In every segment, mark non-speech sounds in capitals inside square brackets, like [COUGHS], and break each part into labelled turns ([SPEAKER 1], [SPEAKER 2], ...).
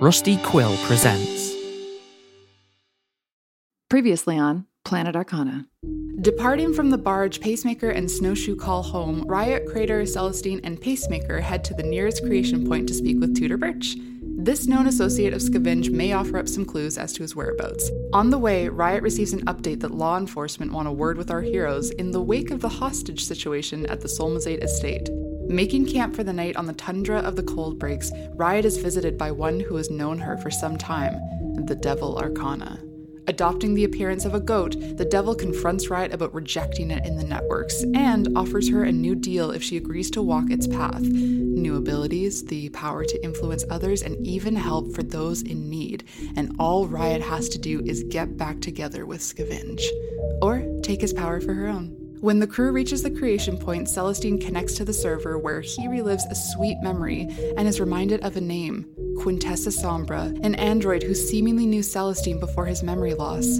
[SPEAKER 1] Rusty Quill presents.
[SPEAKER 2] Previously on Planet Arcana.
[SPEAKER 3] Departing from the barge, Pacemaker and Snowshoe call home. Riot, Crater, Celestine, and Pacemaker head to the nearest creation point to speak with Tudor Birch. This known associate of Scavenge may offer up some clues as to his whereabouts. On the way, Riot receives an update that law enforcement want a word with our heroes in the wake of the hostage situation at the Solmazade estate. Making camp for the night on the tundra of the Cold Breaks, Riot is visited by one who has known her for some time, the Devil Arcana. Adopting the appearance of a goat, the devil confronts Riot about rejecting it in the networks and offers her a new deal if she agrees to walk its path new abilities, the power to influence others, and even help for those in need. And all Riot has to do is get back together with Scavenge or take his power for her own. When the crew reaches the creation point, Celestine connects to the server where he relives a sweet memory and is reminded of a name. Quintessa Sombra, an android who seemingly knew Celestine before his memory loss.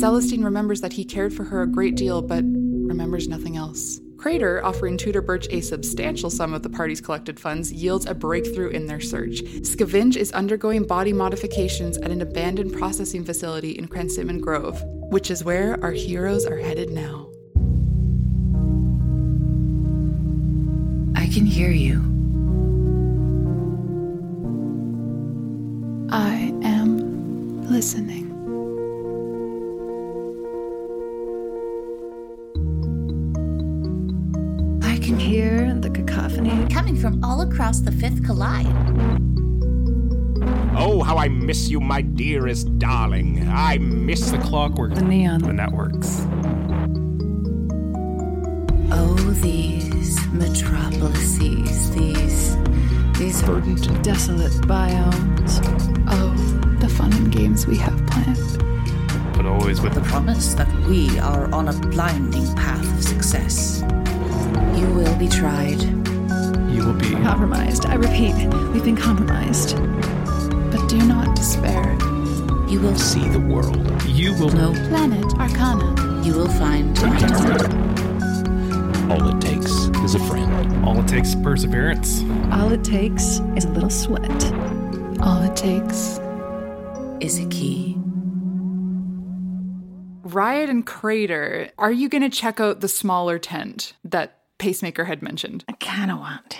[SPEAKER 3] Celestine remembers that he cared for her a great deal, but remembers nothing else. Crater, offering Tudor Birch a substantial sum of the party's collected funds, yields a breakthrough in their search. Scavenge is undergoing body modifications at an abandoned processing facility in Crensimon Grove, which is where our heroes are headed now.
[SPEAKER 4] I can hear you.
[SPEAKER 3] I am listening.
[SPEAKER 4] I can hear the cacophony.
[SPEAKER 5] coming from all across the fifth collide.
[SPEAKER 6] Oh, how I miss you, my dearest darling. I miss the clock.
[SPEAKER 2] The neon.
[SPEAKER 7] the networks.
[SPEAKER 4] Oh, these metropolises, these these
[SPEAKER 2] Burdened and desolate biomes.
[SPEAKER 3] Oh, the fun and games we have planned.
[SPEAKER 7] But always with
[SPEAKER 5] The promise that we are on a blinding path of success.
[SPEAKER 4] you will be tried.
[SPEAKER 7] you will be
[SPEAKER 2] Compromised. I repeat, we've been compromised.
[SPEAKER 3] But do not despair.
[SPEAKER 4] You will
[SPEAKER 6] See the world.
[SPEAKER 7] you will
[SPEAKER 4] no.
[SPEAKER 3] Planet Arcana.
[SPEAKER 4] You will find light.
[SPEAKER 6] All it takes is a friend.
[SPEAKER 7] all it takes is perseverance.
[SPEAKER 2] All it takes is a little sweat.
[SPEAKER 3] All it takes.
[SPEAKER 4] is a key.
[SPEAKER 3] Riot and Crater, are you going to check out the smaller tent that Pacemaker had mentioned?
[SPEAKER 2] I kind of want to.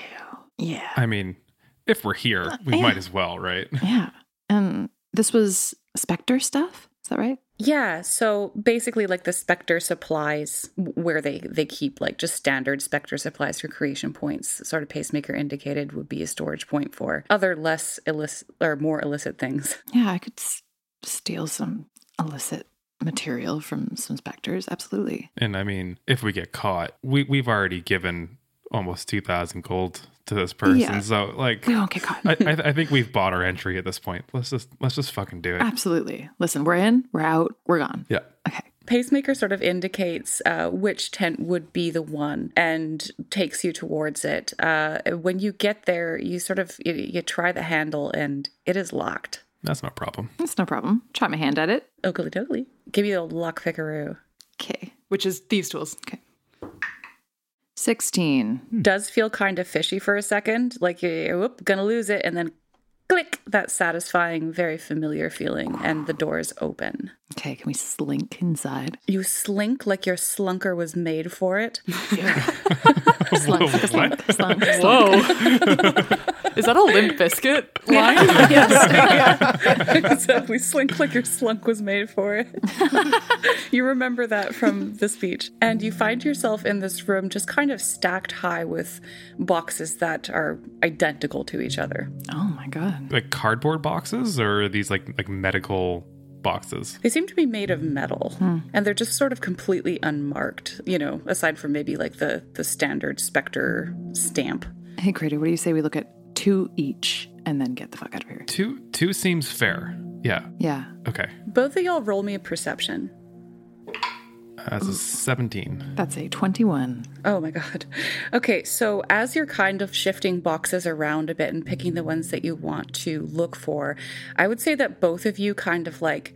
[SPEAKER 2] Yeah.
[SPEAKER 7] I mean, if we're here, we
[SPEAKER 2] Uh, Yeah.
[SPEAKER 7] might as well, right?
[SPEAKER 2] Yeah. And this was Spectre stuff? Is that right?
[SPEAKER 8] Yeah, so basically like the Spectre supplies w- where they they keep like just standard Spectre supplies for creation points, sort of pacemaker indicated would be a storage point for other less illicit or more illicit things. [LAUGHS]
[SPEAKER 2] Yeah, I could s- steal some illicit material from some Spectres. Absolutely.
[SPEAKER 7] And I mean, if we get caught, we we've already given almost two thousand gold to this person.
[SPEAKER 2] Yeah.
[SPEAKER 7] So like,
[SPEAKER 2] We won't get caught.
[SPEAKER 7] I,
[SPEAKER 2] [LAUGHS]
[SPEAKER 7] I, th- I think we've bought our entry at this point. Let's just let's just fucking do it.
[SPEAKER 2] Absolutely. Listen, we're in, we're out, we're gone.
[SPEAKER 7] Yeah.
[SPEAKER 2] Okay.
[SPEAKER 8] Pacemaker sort of indicates uh, which tent would be the one and takes you towards it. Uh, when you get there, you sort of you, you try the handle and it is locked.
[SPEAKER 7] That's no problem.
[SPEAKER 2] That's no problem. Try my hand at it.
[SPEAKER 8] Oakley doakley. Give you the old lock pickaroo.
[SPEAKER 2] Okay.
[SPEAKER 3] Which is Thieves' Tools.
[SPEAKER 2] 16.
[SPEAKER 7] Hmm.
[SPEAKER 8] does feel kind of fishy for a second. Like you're whoop, gonna lose it, and then click that satisfying, very familiar feeling, and the doors open.
[SPEAKER 2] Okay, can we slink inside?
[SPEAKER 8] You slink like your slunker was made for it. [LAUGHS]
[SPEAKER 2] Slunk, slunk, slunk, slunk, slunk.
[SPEAKER 3] Whoa. is that a limp biscuit line?
[SPEAKER 8] exactly. Slink like your slunk was made for it. [LAUGHS] you remember that from the speech. And you find yourself in this room just kind of stacked high with boxes that are identical to each other.
[SPEAKER 2] [LAUGHS] Oh my god.
[SPEAKER 7] Like cardboard boxes or these like like medical boxes.
[SPEAKER 8] They seem to be made of metal, and they're just sort of completely unmarked, you know, aside from maybe like the, the standard Spectre stamp.
[SPEAKER 2] Hey, Crater, what do you say we look at two each and then get the fuck out of here?
[SPEAKER 7] Two two seems fair. Yeah.
[SPEAKER 2] Yeah.
[SPEAKER 7] Okay.
[SPEAKER 8] Both of y'all roll me a perception.
[SPEAKER 7] That's a seventeen.
[SPEAKER 2] That's a 21.
[SPEAKER 8] Oh my god. Okay, so as you're kind of shifting boxes around a bit and picking the ones that you want to look for, I would say that both of you kind of like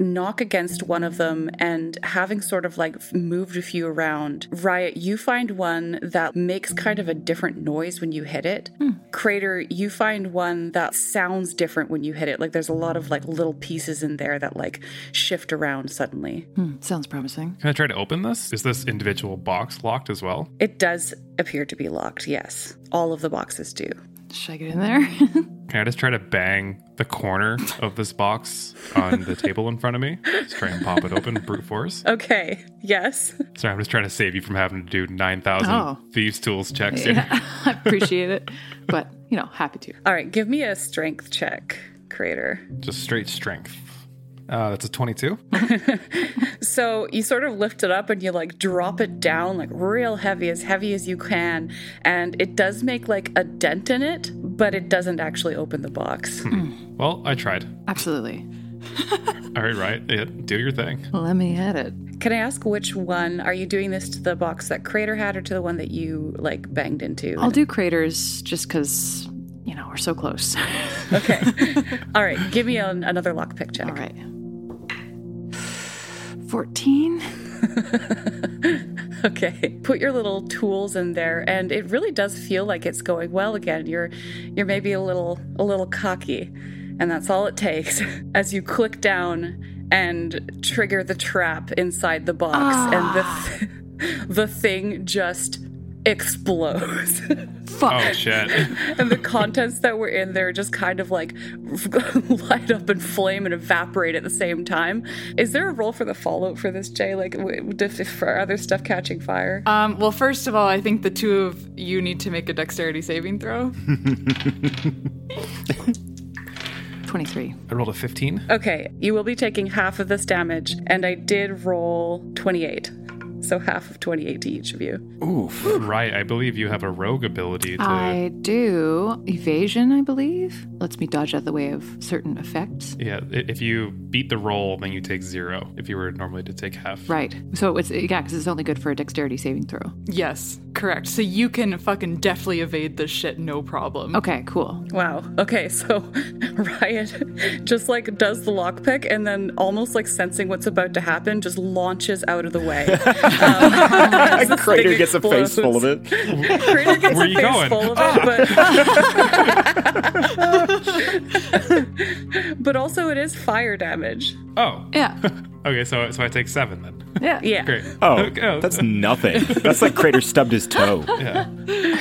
[SPEAKER 8] knock against one of them and having sort of like f- moved a few around, Riot, you find one that makes kind of a different noise when you hit it. Crater, you find one that sounds different when you hit it. Like there's a lot of like little pieces in there that like shift around suddenly.
[SPEAKER 2] Hmm, sounds promising.
[SPEAKER 7] Can I try to open this? Is this individual box locked as well?
[SPEAKER 8] It does appear to be locked, yes. All of the boxes do.
[SPEAKER 2] Should I get in there? [LAUGHS]
[SPEAKER 7] Can I just try to bang the corner of this box on the table in front of me? Just try and pop it open, brute force.
[SPEAKER 8] Okay, [LAUGHS] yes.
[SPEAKER 7] Sorry, I'm just trying to save you from having to do 9,000
[SPEAKER 2] Oh.
[SPEAKER 7] thieves' tools checks here.
[SPEAKER 2] yeah, I appreciate it. But, you know, happy to.
[SPEAKER 8] All right, give me a strength check, Crater.
[SPEAKER 7] Just straight strength. Uh, that's a 22.
[SPEAKER 8] So you sort of lift it up and you like drop it down like real heavy, as heavy as you can, and it does make like a dent in it, but it doesn't actually open the box.
[SPEAKER 7] Well, I tried.
[SPEAKER 2] Absolutely.
[SPEAKER 7] All right, right. Yeah, do your thing.
[SPEAKER 2] Let me at it.
[SPEAKER 8] can I ask which one are you doing this to the box that Crater had or to the one that you like banged into?
[SPEAKER 2] I'll do craters just because, you know, we're so close. [LAUGHS]
[SPEAKER 8] okay. All right, give me an, another lockpick check.
[SPEAKER 2] All right. 14?
[SPEAKER 8] Okay. Put your little tools in there and it really does feel like it's going well again. You're you're maybe a little a little cocky and that's all it takes [LAUGHS] as you click down and trigger the trap inside the box and the th- [LAUGHS] the thing just explodes. [LAUGHS]
[SPEAKER 2] Fuck.
[SPEAKER 7] Oh, shit.
[SPEAKER 8] and the contents that were in there just kind of like [LAUGHS] light up and flame and evaporate at the same time. Is there a role for the fallout for this, Jay? Like w- if- if for other stuff catching fire?
[SPEAKER 3] Um, well, first of all, I think the two of you need to make a dexterity saving throw.
[SPEAKER 2] 23.
[SPEAKER 7] I rolled a 15.
[SPEAKER 8] Okay, you will be taking half of this damage, and I did roll 28. So half of 28 to each of you.
[SPEAKER 7] Oof. Right. I believe you have a rogue ability to.
[SPEAKER 2] I do. Evasion, I believe, lets me dodge out of the way of certain effects.
[SPEAKER 7] Yeah, i- if you beat the roll, then you take zero. If you were normally to take half.
[SPEAKER 2] Right. So it's, yeah, because it's only good for a dexterity saving throw.
[SPEAKER 3] Yes, correct. So you can fucking deftly evade this shit, no problem.
[SPEAKER 2] Okay, cool.
[SPEAKER 8] Wow. Okay, so [LAUGHS] Riot just like does the lockpick and then almost like sensing what's about to happen, just launches out of the
[SPEAKER 9] [LAUGHS]
[SPEAKER 8] way. Um,
[SPEAKER 9] Crater gets a face full of
[SPEAKER 8] [LAUGHS]
[SPEAKER 9] it.
[SPEAKER 8] Crater gets
[SPEAKER 7] Where
[SPEAKER 8] a
[SPEAKER 7] you
[SPEAKER 8] face
[SPEAKER 7] going?
[SPEAKER 8] full of it,
[SPEAKER 7] Ah. [LAUGHS]
[SPEAKER 8] but [LAUGHS] but also it is fire damage.
[SPEAKER 7] Oh.
[SPEAKER 2] [LAUGHS] Yeah.
[SPEAKER 7] Okay, so so I take seven then.
[SPEAKER 2] Yeah.
[SPEAKER 8] Yeah.
[SPEAKER 7] Great.
[SPEAKER 9] Oh,
[SPEAKER 7] Okay, oh,
[SPEAKER 9] that's nothing. That's like Crater stubbed his
[SPEAKER 7] [LAUGHS]
[SPEAKER 9] toe.
[SPEAKER 2] Are you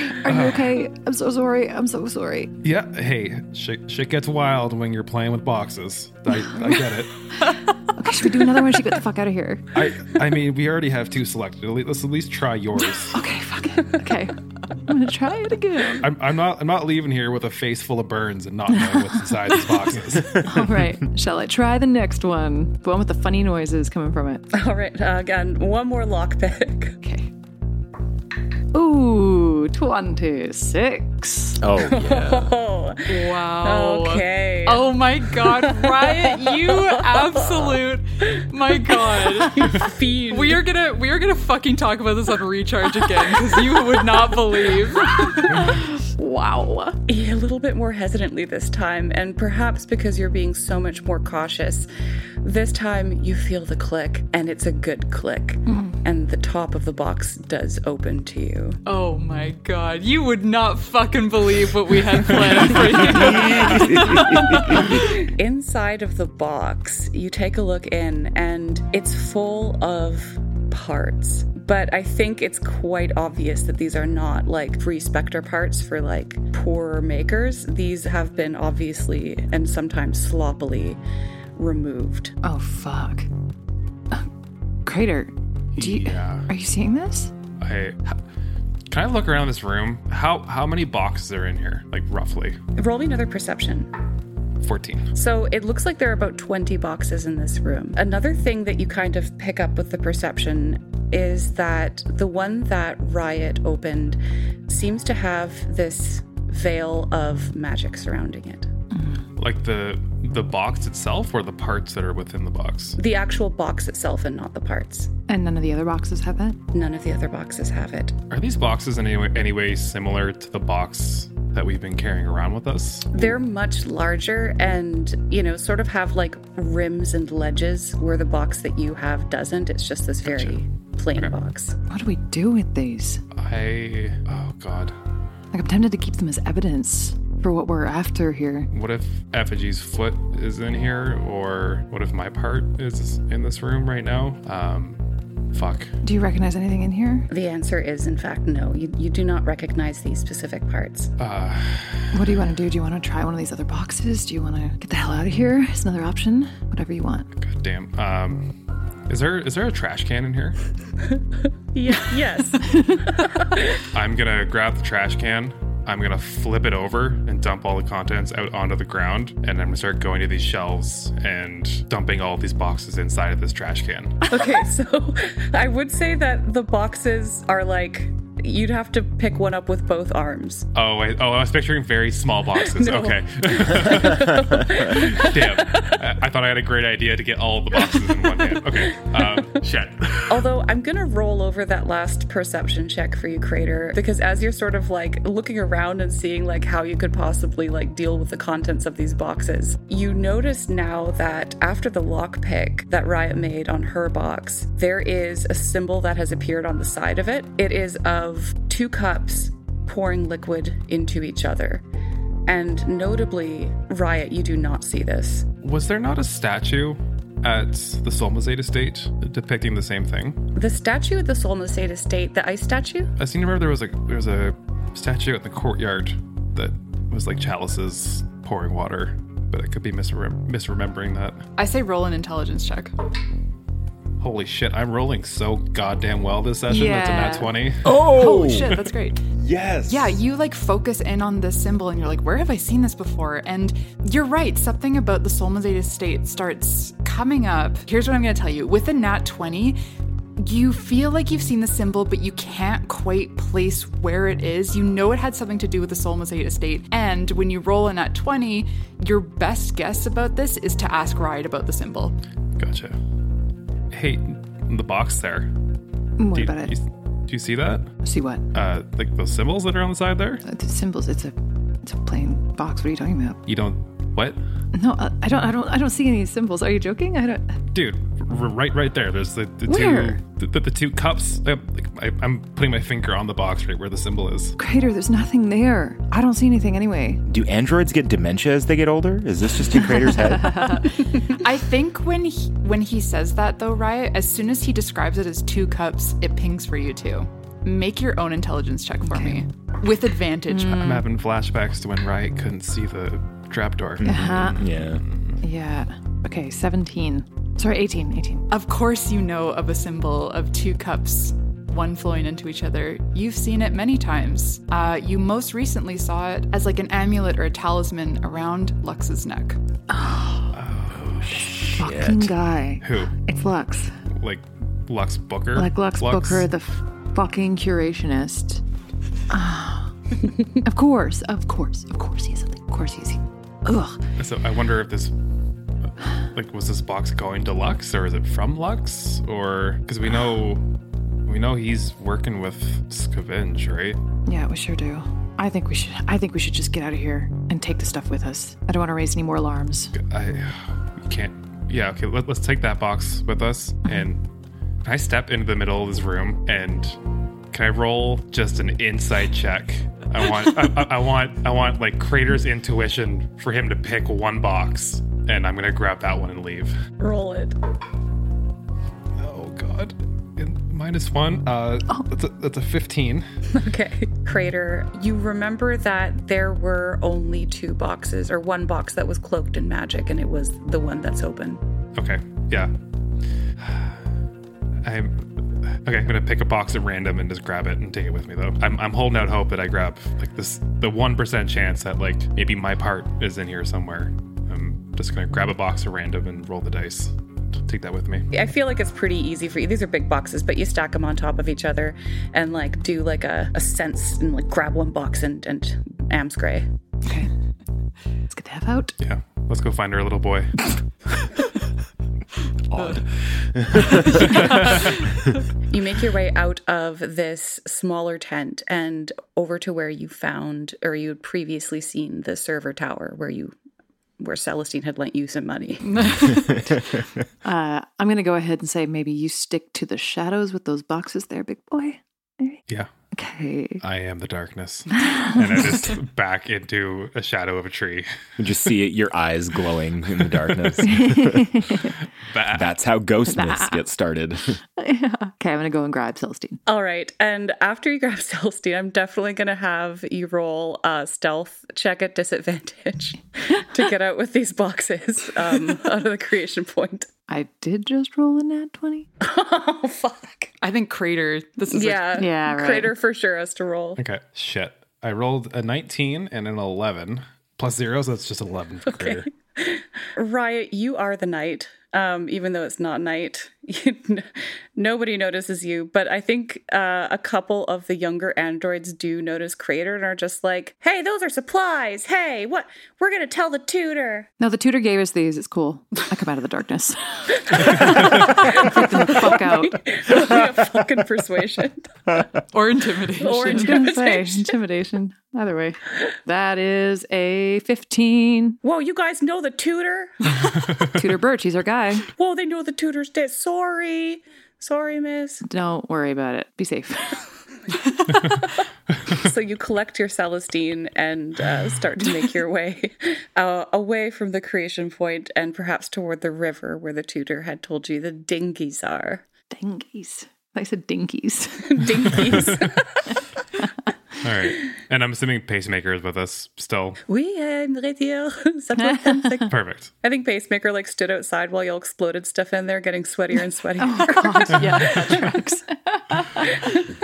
[SPEAKER 2] okay? I'm so sorry. I'm so sorry.
[SPEAKER 7] yeah. Hey, shit, shit gets wild when you're playing with boxes. I, I get it.
[SPEAKER 2] Okay, should we do another one? Should we get the fuck out of here?
[SPEAKER 7] I I mean, we already have two selected. At least, let's at least try yours.
[SPEAKER 2] [LAUGHS] Okay, fuck it. Okay. I'm going to try it again.
[SPEAKER 7] I'm, I'm not I'm not leaving here with a face full of burns and not knowing what's inside these boxes.
[SPEAKER 2] [LAUGHS] All right. Shall I try the next one? The one with the funny noises coming from it.
[SPEAKER 8] All right, uh, again, one more lockpick.
[SPEAKER 2] Okay. Ooh, 26.
[SPEAKER 9] Oh, yeah.
[SPEAKER 8] Oh,
[SPEAKER 3] Wow.
[SPEAKER 8] okay. [LAUGHS]
[SPEAKER 3] Oh my god, Riot, you absolute my [LAUGHS] god.
[SPEAKER 8] fiend.
[SPEAKER 3] We are gonna we are gonna fucking talk about this on recharge again, because you would not believe.
[SPEAKER 2] Wow.
[SPEAKER 8] a little bit more hesitantly this time, and perhaps because you're being so much more cautious, this time you feel the click, and it's a good click, and the top of the box does open to you.
[SPEAKER 3] Oh my god, you would not fucking believe what we had planned for you.
[SPEAKER 8] Inside of the box, you take a look in, and it's full of parts. But I think it's quite obvious that these are not like free Spectre parts for like poorer makers. These have been obviously and sometimes sloppily removed.
[SPEAKER 2] Oh, fuck. Uh, Crater, do you,
[SPEAKER 7] Yeah.
[SPEAKER 2] are you seeing this?
[SPEAKER 7] I can I look around this room? How how many boxes are in here? Like roughly
[SPEAKER 8] Roll me another perception.
[SPEAKER 7] fourteen.
[SPEAKER 8] So it looks like there are about 20 boxes in this room. Another thing that you kind of pick up with the perception is that the one that Riot opened seems to have this veil of magic surrounding it.
[SPEAKER 7] Like the the box itself or the parts that are within the box.
[SPEAKER 8] The actual box itself and not the parts.
[SPEAKER 2] And none of the other boxes have that?
[SPEAKER 8] None of the other boxes have it.
[SPEAKER 7] Are these boxes in any way, any way similar to the box that we've been carrying around with us?
[SPEAKER 8] They're much larger and, you know, sort of have like rims and ledges where the box that you have doesn't. It's just this very plain box.
[SPEAKER 2] What do we do with these?
[SPEAKER 7] I. Oh, God.
[SPEAKER 2] Like, I'm tempted to keep them as evidence for what we're after here.
[SPEAKER 7] What if Effigy's foot is in here? Or what if my part is in this room right now? Um, fuck.
[SPEAKER 2] Do you recognize anything in here?
[SPEAKER 8] The answer is, in fact, no. You, you do not recognize these specific parts.
[SPEAKER 2] What do you want to do? Do you want to try one of these other boxes? Do you want to get the hell out of here? It's another option. Whatever you want.
[SPEAKER 7] God damn. Um, is there is there a trash can in here?
[SPEAKER 8] yes.
[SPEAKER 7] I'm gonna grab the trash can. I'm gonna flip it over and dump all the contents out onto the ground, and I'm gonna start going to these shelves and dumping all these boxes inside of this trash can.
[SPEAKER 8] [LAUGHS] okay, so I would say that the boxes are like you'd have to pick one up with both arms.
[SPEAKER 7] Oh, I, oh, I was picturing very small boxes. Okay, damn. I, I thought I had a great idea to get all the boxes in one hand. Okay, um, shit.
[SPEAKER 8] Although I'm gonna roll over that last perception check for you, Crater, because as you're sort of like looking around and seeing like how you could possibly like deal with the contents of these boxes, you notice now that after the lockpick that Riot made on her box, there is a symbol that has appeared on the side of it. It is of two cups pouring liquid into each other. And notably, Riot, you do not see this.
[SPEAKER 7] [LAUGHS] Was there not a statue at the Solmazade estate depicting the same thing?
[SPEAKER 8] The statue at the Solmaceda Estate, the ice statue,
[SPEAKER 7] I seem to remember there was a there was a statue in the courtyard that was like chalices pouring water, but I could be misrem- misremembering that.
[SPEAKER 3] [LAUGHS] I say roll an intelligence check.
[SPEAKER 7] Holy shit, I'm rolling so goddamn well this session. That's a nat
[SPEAKER 3] Yeah.
[SPEAKER 7] twenty.
[SPEAKER 9] Oh,
[SPEAKER 3] Holy shit, that's great.
[SPEAKER 9] yes.
[SPEAKER 3] Yeah, you like focus in on this symbol and you're like, where have I seen this before? And you're right, something about the Solmazade estate starts coming up. Here's what I'm going to tell you with a nat 20, you feel like you've seen the symbol, but you can't quite place where it is. You know it had something to do with the Solmazade estate. And when you roll a nat 20, your best guess about this is to ask Riot about the symbol.
[SPEAKER 7] Gotcha. Hey, in the box there.
[SPEAKER 2] What
[SPEAKER 7] Do you,
[SPEAKER 2] about it?
[SPEAKER 7] you- do you see that?
[SPEAKER 2] See what?
[SPEAKER 7] Uh, like those symbols that are on the side there?
[SPEAKER 2] Uh, The symbols. It's a, it's a plain box. What are you talking about?
[SPEAKER 7] You don't. What?
[SPEAKER 2] No, uh, I don't. I don't. I don't see any symbols. Are you joking? I don't.
[SPEAKER 7] Dude, r- right, right there. There's the, the
[SPEAKER 2] Where?
[SPEAKER 7] two, the, the, the two cups. Uh, like, I, I'm putting my finger on the box right where the symbol is.
[SPEAKER 2] Crater, there's nothing there. I don't see anything anyway.
[SPEAKER 9] Do androids get dementia as they get older? Is this just in Crater's head?
[SPEAKER 3] I think when he, when he says that though, Riot, as soon as he describes it as two cups, it pings for you too. Make your own intelligence check for me with advantage.
[SPEAKER 7] I'm having flashbacks to when Riot couldn't see the trapdoor.
[SPEAKER 9] yeah.
[SPEAKER 2] Yeah. Okay, 17. Sorry, 18. 18.
[SPEAKER 3] Of course, you know of a symbol of two cups, one flowing into each other. You've seen it many times. Uh, you most recently saw it as like an amulet or a talisman around Lux's neck.
[SPEAKER 2] Fucking guy.
[SPEAKER 7] Who?
[SPEAKER 2] It's Lux.
[SPEAKER 7] Like Lux Booker?
[SPEAKER 2] Like Lux, Booker, the fucking curationist. Ah. [LAUGHS] of course, of course, of course he has something. Of course he's. Ugh.
[SPEAKER 7] So I wonder if this, like, was this box going to Lux or is it from Lux? Or because we know, we know he's working with Scavenge, right?
[SPEAKER 2] Yeah, we sure do. I think we should. I think we should just get out of here and take the stuff with us. I don't want to raise any more alarms.
[SPEAKER 7] I we can't. Yeah, okay. Let, let's take that box with us and can I step into the middle of this room and can I roll just an inside check? I want, I, I, I want, I want like Crater's intuition for him to pick one box, and I'm gonna grab that one and leave.
[SPEAKER 8] roll it.
[SPEAKER 7] Oh God. And minus one. Uh, that's a, that's a fifteen.
[SPEAKER 8] [LAUGHS] Okay. Crater, you remember that there were only two boxes, or one box that was cloaked in magic, and it was the one that's open.
[SPEAKER 7] Okay. Yeah. [SIGHS] I'm. Okay, I'm gonna pick a box at random and just grab it and take it with me though. I'm, I'm holding out hope that I grab like this the one percent chance that like maybe my part is in here somewhere. I'm just gonna grab a box at random and roll the dice. Take that with me.
[SPEAKER 8] I feel like it's pretty easy for you. These are big boxes, but you stack them on top of each other and like do like a, a sense and like grab one box and, and Am's Gray.
[SPEAKER 2] Okay. Let's get the F out.
[SPEAKER 7] Yeah. Let's go find our little boy.
[SPEAKER 8] You You make your way out of this smaller tent and over to where you found or you had previously seen the server tower where you where Celestine had lent you some money.
[SPEAKER 2] Uh, I'm going to go ahead and say maybe you stick to the shadows with those boxes there, big boy.
[SPEAKER 7] Yeah, [LAUGHS]
[SPEAKER 2] Okay.
[SPEAKER 7] I am the darkness, and I just back into a shadow of a tree.
[SPEAKER 9] You just see it, your eyes glowing in the darkness.
[SPEAKER 7] Bah.
[SPEAKER 9] That's how ghost myths get started.
[SPEAKER 2] Okay, I'm going to go and grab Celestine.
[SPEAKER 8] All right. And after you grab [LAUGHS] Celestine, I'm definitely going to have you roll a stealth check at disadvantage to get out with these boxes um, [LAUGHS] out of the creation point.
[SPEAKER 2] I did just roll a nat 20.
[SPEAKER 8] oh, fuck.
[SPEAKER 3] I think Crater, this is a- [LAUGHS]
[SPEAKER 8] Yeah.
[SPEAKER 2] Yeah, right.
[SPEAKER 8] Crater for sure has to roll.
[SPEAKER 7] Okay, shit. I rolled a 19 and an 11 plus zeros. That's just 11 for greater.
[SPEAKER 8] Riot, you are the knight, um, even though it's not night. [LAUGHS] You- Nobody notices you, but I think uh, a couple of the younger androids do notice Crater and are just like, hey, those are supplies. Hey, what? We're going to tell the tutor.
[SPEAKER 2] No, the tutor gave us these. It's cool. I come out of the darkness. [LAUGHS] Freak them the fuck [LAUGHS] out.
[SPEAKER 8] fucking persuasion
[SPEAKER 3] [LAUGHS] or Intimidation.
[SPEAKER 8] or
[SPEAKER 2] I was gonna say,
[SPEAKER 8] intimidation.
[SPEAKER 2] intimidation. Either way. That is a 15.
[SPEAKER 8] Whoa, you guys know the tutor?
[SPEAKER 2] Tutor Birch, he's our guy.
[SPEAKER 8] Whoa, they know the tutor's dead. Sorry. Sorry, miss.
[SPEAKER 2] Don't worry about it. Be safe. [LAUGHS]
[SPEAKER 8] so you collect your Celestine and uh, start to make your way [LAUGHS] uh, away from the creation point and perhaps toward the river where the tutor had told you the dingies are.
[SPEAKER 3] [LAUGHS]
[SPEAKER 2] Dinkies. I said dinkies.
[SPEAKER 8] dingies.
[SPEAKER 7] All right. And I'm assuming Pacemaker is with us still.
[SPEAKER 8] we am right here. Something, something.
[SPEAKER 7] Perfect.
[SPEAKER 8] I think Pacemaker like stood outside while y'all exploded stuff in there, getting sweatier and sweatier.
[SPEAKER 3] Oh,
[SPEAKER 2] yeah, that tracks.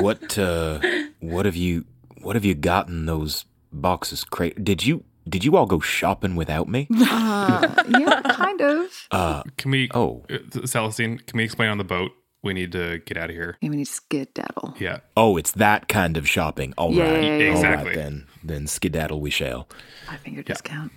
[SPEAKER 9] what uh what have you what have you gotten those boxes cra- did you did you all go shopping
[SPEAKER 2] [LAUGHS]
[SPEAKER 9] without me?
[SPEAKER 2] Uh, yeah, kind of.
[SPEAKER 9] Uh,
[SPEAKER 7] Can we,
[SPEAKER 9] Oh.
[SPEAKER 7] uh, Celestine, can we explain on the boat? We need to get out of here.
[SPEAKER 2] Yeah, we need to skedaddle.
[SPEAKER 7] Yeah.
[SPEAKER 9] Oh, it's that kind of shopping. All right,
[SPEAKER 2] Yeah, yeah, yeah,
[SPEAKER 9] all right
[SPEAKER 7] Exactly.
[SPEAKER 9] then. Then skedaddle we shall.
[SPEAKER 2] Five finger discount.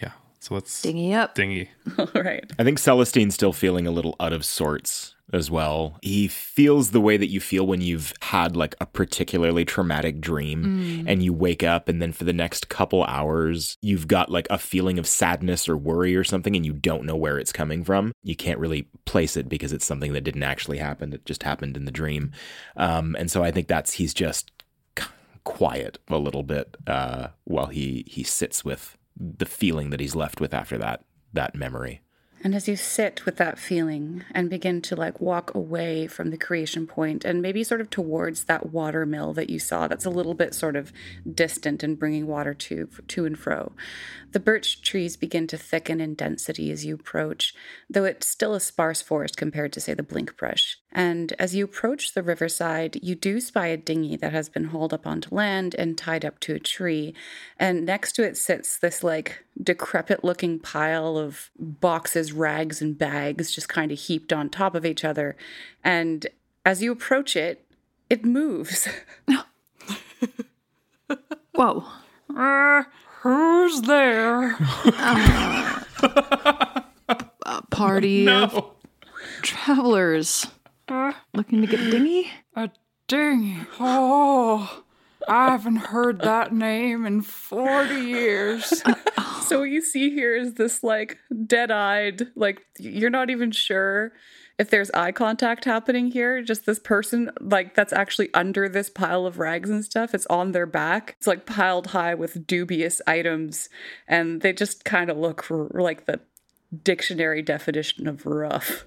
[SPEAKER 7] Yeah. So let's
[SPEAKER 2] Dingy up.
[SPEAKER 7] dingy. [LAUGHS]
[SPEAKER 8] [LAUGHS] All right.
[SPEAKER 9] I think Celestine's still feeling a little out of sorts as well. He feels the way that you feel when you've had like a particularly traumatic dream and you wake up and then for the next couple hours you've got like a feeling of sadness or worry or something and you don't know where it's coming from. You can't really place it because it's something that didn't actually happen. It just happened in the dream. Um, and so I think that's he's just k- quiet a little bit uh, while he he sits with the feeling that he's left with after that that memory.
[SPEAKER 8] And as you sit with that feeling and begin to like walk away from the creation point and maybe sort of towards that water mill that you saw that's a little bit sort of distant and bringing water to to and fro. The birch trees begin to thicken in density as you approach, though it's still a sparse forest compared to say the blink brush. And as you approach the riverside, you do spy a dinghy that has been hauled up onto land and tied up to a tree. And next to it sits this like decrepit looking pile of boxes, rags, and bags just kind of heaped on top of each other. And as you approach it, it moves. [LAUGHS]
[SPEAKER 2] Whoa.
[SPEAKER 3] Uh,
[SPEAKER 2] [LAUGHS]
[SPEAKER 3] who's there? [LAUGHS]
[SPEAKER 2] Uh, Party of travelers looking to get a dinghy.
[SPEAKER 3] A dinghy. Oh, I haven't heard that name in 40 years.
[SPEAKER 8] So what you see here is this like dead-eyed, like you're not even sure if there's eye contact happening here. Just this person, like that's actually under this pile of rags and stuff. It's on their back. It's like piled high with dubious items, and they just kind of look r- like the dictionary definition of rough.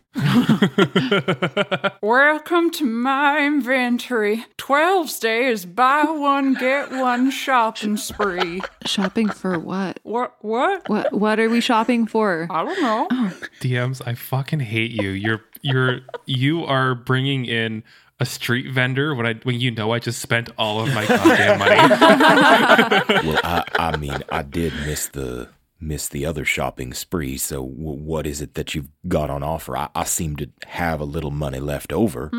[SPEAKER 3] Welcome to my inventory. 12 days, buy one, get one shopping spree.
[SPEAKER 2] Shopping for what?
[SPEAKER 3] What? What?
[SPEAKER 2] What what are we shopping for?
[SPEAKER 3] I don't know.
[SPEAKER 7] DMs, I fucking hate you. You're, you're, you are bringing in a street vendor when I, when you know I just spent all of my goddamn money.
[SPEAKER 9] well, I, I mean, I did miss the miss the other shopping spree. So, w- what is it that you've got on offer? I, I seem to have a little money left over.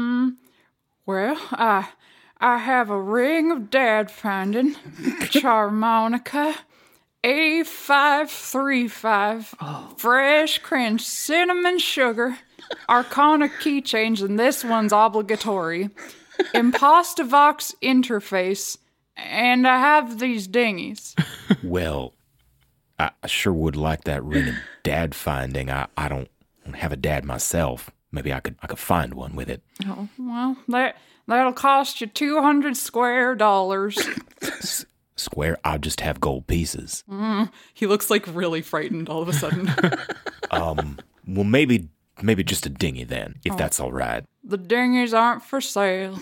[SPEAKER 3] Well, I, [LAUGHS] I have a ring of dad finding, charmonica, A535 fresh cringe cinnamon sugar arcana key change, and this one's obligatory. Impostavox interface, and I have these dinghies.
[SPEAKER 9] Well, I I sure would like that ring and dad finding. I, I don't have a dad myself. Maybe I could I could find one with it.
[SPEAKER 3] Oh. Well, that that'll cost you two hundred square dollars.
[SPEAKER 9] Square, I'll just have gold pieces.
[SPEAKER 3] [LAUGHS] He looks like really frightened all of a sudden.
[SPEAKER 9] Well, maybe maybe just a dinghy then, if that's all right.
[SPEAKER 3] [LAUGHS] the dinghies aren't for sale.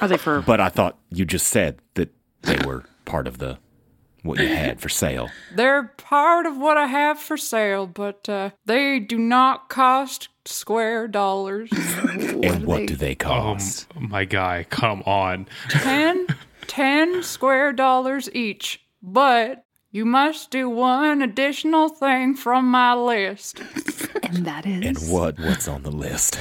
[SPEAKER 2] Are they for?
[SPEAKER 9] But I thought you just said that they were part of the what you had for sale.
[SPEAKER 3] They're part of what I have for sale, but uh, they do not cost square [LAUGHS] dollars.
[SPEAKER 9] and what do they
[SPEAKER 7] Um,
[SPEAKER 9] cost?
[SPEAKER 7] my guy, come on.
[SPEAKER 3] ten, ten square dollars each. But you must do one additional thing from my list. [LAUGHS]
[SPEAKER 2] And that
[SPEAKER 9] and
[SPEAKER 2] is.
[SPEAKER 9] what what's on the list?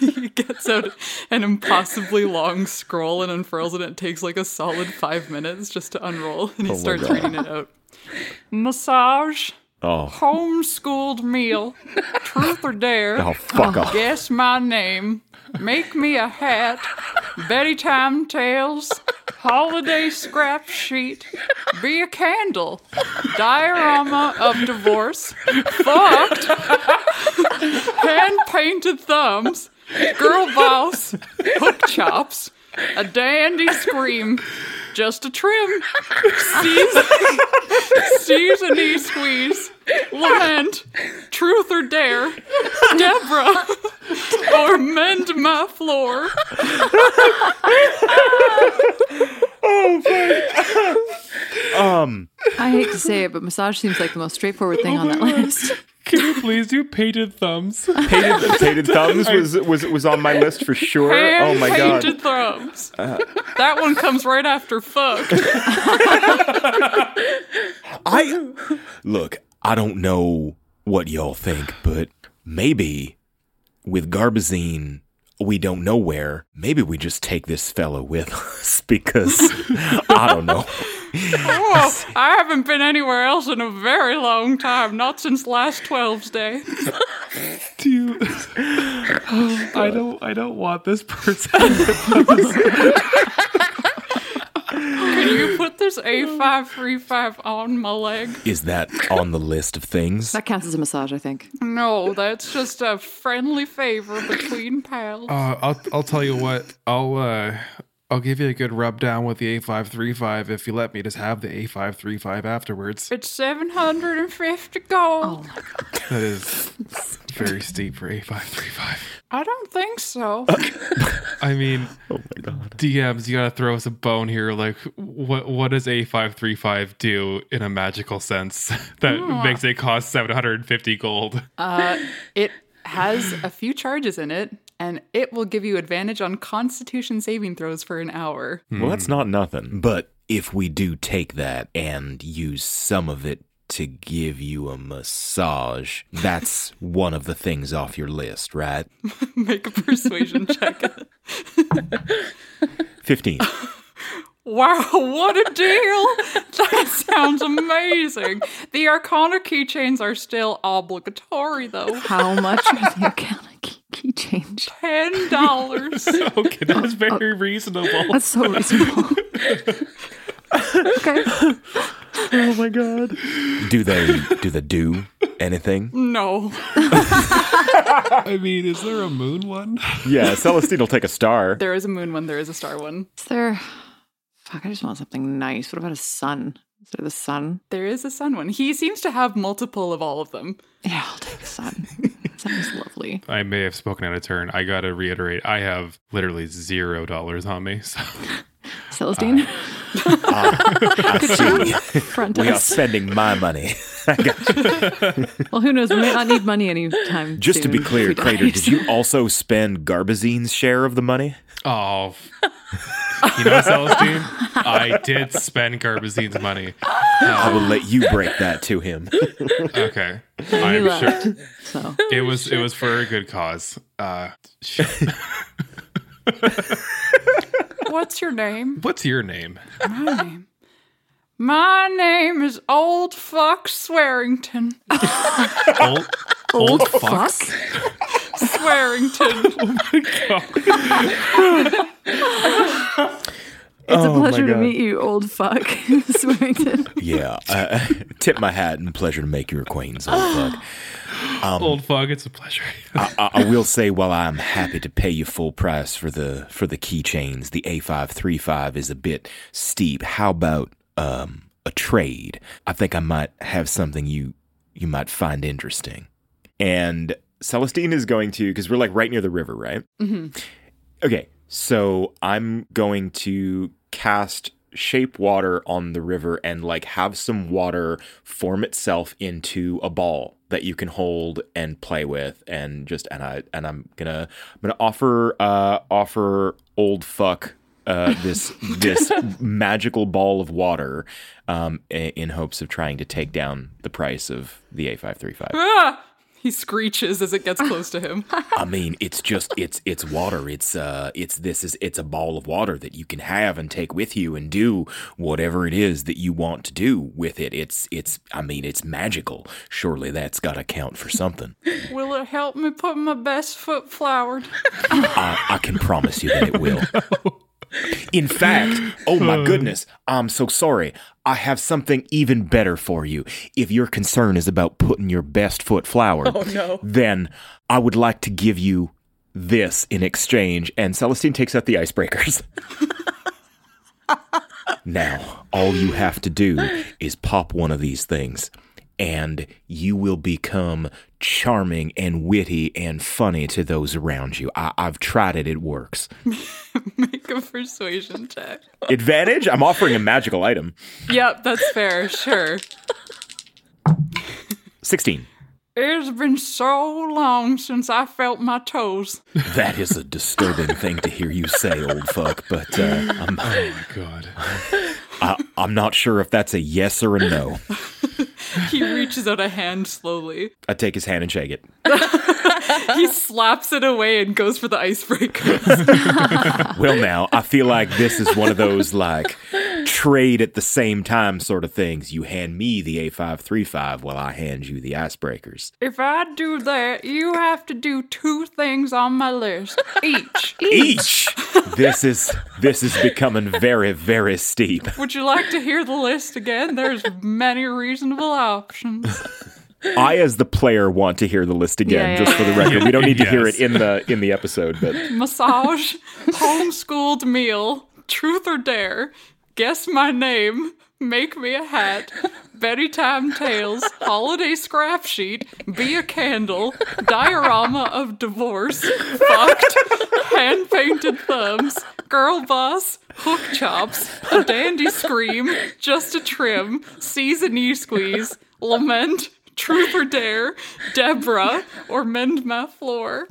[SPEAKER 3] He gets out an impossibly long scroll and unfurls it. And it takes like a solid five minutes just to unroll, and he starts reading it out. Massage,
[SPEAKER 9] [LAUGHS] [LAUGHS] Oh,
[SPEAKER 3] homeschooled [LAUGHS] meal, truth or dare.
[SPEAKER 9] oh fuck off.
[SPEAKER 3] Guess my name. Make me a hat. Betty Time Tales. Holiday scrap sheet. Be a candle. Diorama of divorce. Fucked. Hand painted thumbs. Girl boss. Hook chops. A dandy scream. Just a trim. Season. Season squeeze. Lament. Truth or dare. Deborah or mend my floor.
[SPEAKER 2] I hate to say it, but massage seems like the most straightforward thing on [LAUGHS] that list.
[SPEAKER 7] Can you please do painted thumbs?
[SPEAKER 9] [LAUGHS] Painted, painted thumbs was, was was on my list for [LAUGHS] sure. Oh
[SPEAKER 3] And painted thumbs. that one comes right after fuck.
[SPEAKER 9] I look, I don't know what y'all think, but maybe with Garbazine, we don't know where. Maybe we just take this fellow with [LAUGHS] us [LAUGHS] because I don't know.
[SPEAKER 3] Oh, I haven't been anywhere else in a very long time. Not since last 12's day.
[SPEAKER 7] Do you? [LAUGHS] I don't. I don't want this person.
[SPEAKER 3] Can you put this A535 on my leg?
[SPEAKER 9] Is that on the list of things?
[SPEAKER 2] That counts as a massage, I think.
[SPEAKER 3] No, that's just a friendly favor between pals.
[SPEAKER 7] Uh, I'll. I'll tell you what. I'll. uh I'll give you a good rub down with the A five three five if you let me just have the A five three five afterwards.
[SPEAKER 3] It's 750 gold.
[SPEAKER 7] That is very steep for A five three five.
[SPEAKER 3] I don't think so.
[SPEAKER 7] I mean, oh my god, DMs, you gotta throw us a bone here. Like, what what does A five three five do in a magical sense [LAUGHS] that makes it cost seven hundred and fifty gold?
[SPEAKER 3] It has a few charges in it, and it will give you advantage on constitution saving throws for an hour.
[SPEAKER 9] Well, that's not nothing. Hmm. But if we do take that and use some of it to give you a massage, [LAUGHS] that's one of the things off your list, right?
[SPEAKER 3] Make a persuasion check.
[SPEAKER 9] 15.
[SPEAKER 3] Wow, what a deal! That sounds amazing. The Arcana keychains are still obligatory, though.
[SPEAKER 2] How much are [LAUGHS] the account key, key change?
[SPEAKER 3] Ten dollars.
[SPEAKER 7] [LAUGHS] okay, that was
[SPEAKER 2] [LAUGHS]
[SPEAKER 7] very reasonable.
[SPEAKER 2] That's so reasonable. okay.
[SPEAKER 9] do they do they do anything?
[SPEAKER 3] Mm. No,
[SPEAKER 7] I mean, is there a moon one?
[SPEAKER 9] Yeah, Celestine will take a star.
[SPEAKER 3] there is a moon one. There is a star one.
[SPEAKER 2] Is there? Fuck! I just want something nice. What about a sun? Is there the sun?
[SPEAKER 3] There is a sun one. He seems to have multiple of all of them.
[SPEAKER 2] Yeah, I'll take the [LAUGHS] sun. Sounds lovely.
[SPEAKER 7] I may have spoken out of turn. I gotta reiterate, I have literally zero dollars on me. [LAUGHS] So
[SPEAKER 2] Celestine,
[SPEAKER 9] I
[SPEAKER 2] [LAUGHS]
[SPEAKER 9] see.
[SPEAKER 2] front
[SPEAKER 9] Uh, [LAUGHS] We are
[SPEAKER 2] us.
[SPEAKER 9] spending my money.
[SPEAKER 2] Well, who knows? We may not need money anytime.
[SPEAKER 9] Just to
[SPEAKER 2] soon
[SPEAKER 9] be
[SPEAKER 2] if
[SPEAKER 9] clear,
[SPEAKER 2] we die.
[SPEAKER 9] Crater, did you also spend Garbazine's share of the money?
[SPEAKER 7] Oh, [LAUGHS] you know, Celestine, I did spend Garbazine's money.
[SPEAKER 9] I will let you break that to him.
[SPEAKER 7] Okay,
[SPEAKER 2] He
[SPEAKER 7] I'm
[SPEAKER 2] left,
[SPEAKER 7] sure
[SPEAKER 2] [LAUGHS] so
[SPEAKER 7] it was it was for a good cause. Uh, sh-
[SPEAKER 3] What's your name?
[SPEAKER 2] [LAUGHS]
[SPEAKER 7] what's your name?
[SPEAKER 3] My name. My name is Old Fuck Swearington.
[SPEAKER 7] Old, old fuck.
[SPEAKER 3] Swearington.
[SPEAKER 2] It's a
[SPEAKER 9] Oh my
[SPEAKER 2] pleasure to
[SPEAKER 9] God.
[SPEAKER 2] meet you, old fuck. [LAUGHS] Swearington.
[SPEAKER 9] Yeah. Uh, [LAUGHS] tip my hat and pleasure to make your acquaintance,
[SPEAKER 2] [GASPS]
[SPEAKER 9] old fuck.
[SPEAKER 7] Old fuck. It's a pleasure.
[SPEAKER 9] I, I, I will say, while I'm happy to pay you full price for the for the keychains, the A535 is a bit steep. How about um, a trade? I think I might have something you you might find interesting. And Celestine is going to because we're like right near the river, right? Okay, so I'm going to cast shape water on the river and like have some water form itself into a ball that you can hold and play with and just and I and I'm gonna I'm gonna offer uh offer old fuck uh this this magical ball of water um i- in hopes of trying to take down the price of the A535.
[SPEAKER 3] he screeches as it gets close to him.
[SPEAKER 9] I mean, it's just it's it's water. It's uh it's this is it's a ball of water that you can have and take with you and do whatever it is that you want to do with it. It's it's I mean, it's magical. Surely that's got to count for something.
[SPEAKER 3] Will it help me put my best foot flowered?
[SPEAKER 9] I, I can promise you that it will. In fact, oh my goodness, I'm so sorry. I have something even better for you. If your concern is about putting your best foot flower, then I would like to give you this in exchange. And Celestine takes out the icebreakers. [LAUGHS] now, all you have to do is pop one of these things. And you will become charming and witty and funny to those around you. I, I've tried it, it works.
[SPEAKER 3] [LAUGHS] Make a persuasion check.
[SPEAKER 9] Advantage? I'm offering a magical item.
[SPEAKER 3] Yep, that's fair, sure.
[SPEAKER 9] 16.
[SPEAKER 3] It's been so long since I felt my toes.
[SPEAKER 9] That is a disturbing thing to hear you say, old fuck, but uh, I'm,
[SPEAKER 7] God.
[SPEAKER 9] I, I'm not sure if that's a yes or a no.
[SPEAKER 3] He reaches out a hand slowly.
[SPEAKER 9] I take his hand and shake it.
[SPEAKER 3] He slaps it away and goes for the
[SPEAKER 8] [LAUGHS]
[SPEAKER 3] icebreaker.
[SPEAKER 9] Well, now, I feel like this is one of those, like, trade at the same time sort of things. You hand me the A535 while I hand you the icebreakers.
[SPEAKER 3] if I do that, you have to do two things on my list each.
[SPEAKER 9] Each! This is this is becoming very, very steep.
[SPEAKER 3] Would you like to hear the list again? There's many reasonable options.
[SPEAKER 9] I, as the player, want to hear the list again,
[SPEAKER 2] Yeah,
[SPEAKER 9] just for the record. We don't need
[SPEAKER 2] [LAUGHS]
[SPEAKER 9] to hear it
[SPEAKER 7] Yes.
[SPEAKER 9] in the in the episode, but
[SPEAKER 3] Massage, homeschooled meal, truth or dare, guess my name, make me a hat, Betty Time Tales, holiday scrap sheet, be a candle, diorama of divorce, fucked, hand painted thumbs, girl boss, hook chops, a dandy scream, just a trim, seize a knee squeeze, lament, truth or dare, Deborah, or mend my floor.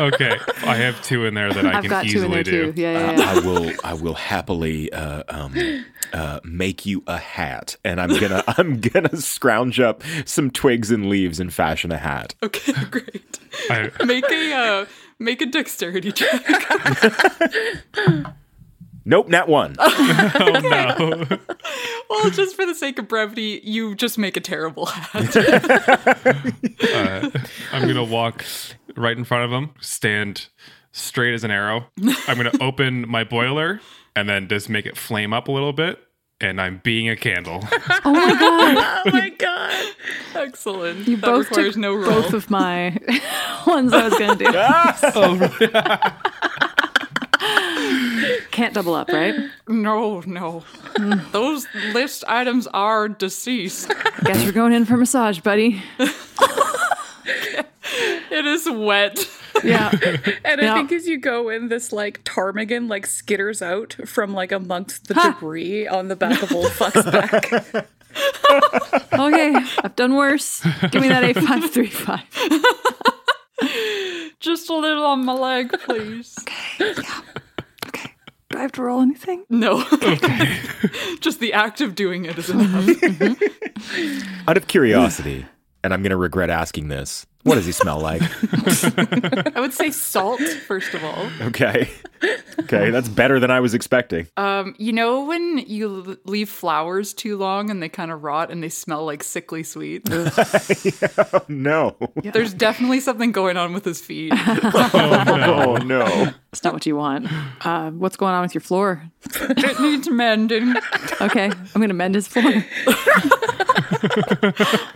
[SPEAKER 7] Okay. I have two in there that I
[SPEAKER 2] I've
[SPEAKER 7] can
[SPEAKER 2] got two in
[SPEAKER 7] easily
[SPEAKER 2] there
[SPEAKER 7] do.
[SPEAKER 2] too. Yeah, yeah, yeah.
[SPEAKER 9] I will I will happily uh, um, uh, make you a hat, and I'm gonna [LAUGHS] I'm gonna scrounge up some twigs and leaves and fashion a hat.
[SPEAKER 3] Okay, [LAUGHS] great.
[SPEAKER 7] I,
[SPEAKER 3] Make a uh, make a dexterity check.
[SPEAKER 9] Nope, not one.
[SPEAKER 7] [LAUGHS]
[SPEAKER 3] well, just for the sake of brevity, you just make a terrible hat.
[SPEAKER 7] I'm gonna walk right in front of him, stand straight as an arrow. I'm gonna open my boiler and then just make it flame up a little bit. And I'm being a candle.
[SPEAKER 8] Oh my god.
[SPEAKER 3] Excellent.
[SPEAKER 2] You
[SPEAKER 3] that
[SPEAKER 2] both
[SPEAKER 3] requires
[SPEAKER 2] took
[SPEAKER 3] no roll.
[SPEAKER 2] both of my [LAUGHS] ones I was going to do. Can't double up, right?
[SPEAKER 3] no, no. Those list items are deceased.
[SPEAKER 2] Guess we're going in for massage, buddy.
[SPEAKER 3] It is wet.
[SPEAKER 2] Yeah.
[SPEAKER 8] And
[SPEAKER 2] Yeah.
[SPEAKER 8] I think as you go in, this like ptarmigan like skitters out from like amongst the debris on the back of old
[SPEAKER 3] [LAUGHS]
[SPEAKER 8] fuck's back.
[SPEAKER 2] Okay. I've done worse. Give me that A535.
[SPEAKER 3] Just a little on my leg, please.
[SPEAKER 2] Do I have to roll anything?
[SPEAKER 3] No. [LAUGHS] just the act of doing it is enough.
[SPEAKER 9] Out of curiosity, and I'm going to regret asking this. What does he smell like?
[SPEAKER 3] I would say salt, first of all.
[SPEAKER 9] okay. Okay, that's better than I was expecting.
[SPEAKER 3] Um, you know when you l- leave flowers too long and they kind of rot and they smell like sickly sweet?
[SPEAKER 9] Oh, no.
[SPEAKER 3] There's definitely something going on with his feet.
[SPEAKER 9] [LAUGHS] Oh, no.
[SPEAKER 2] It's not what you want. Uh, what's going on with your floor?
[SPEAKER 3] it needs mending.
[SPEAKER 2] Okay, I'm going to mend his floor.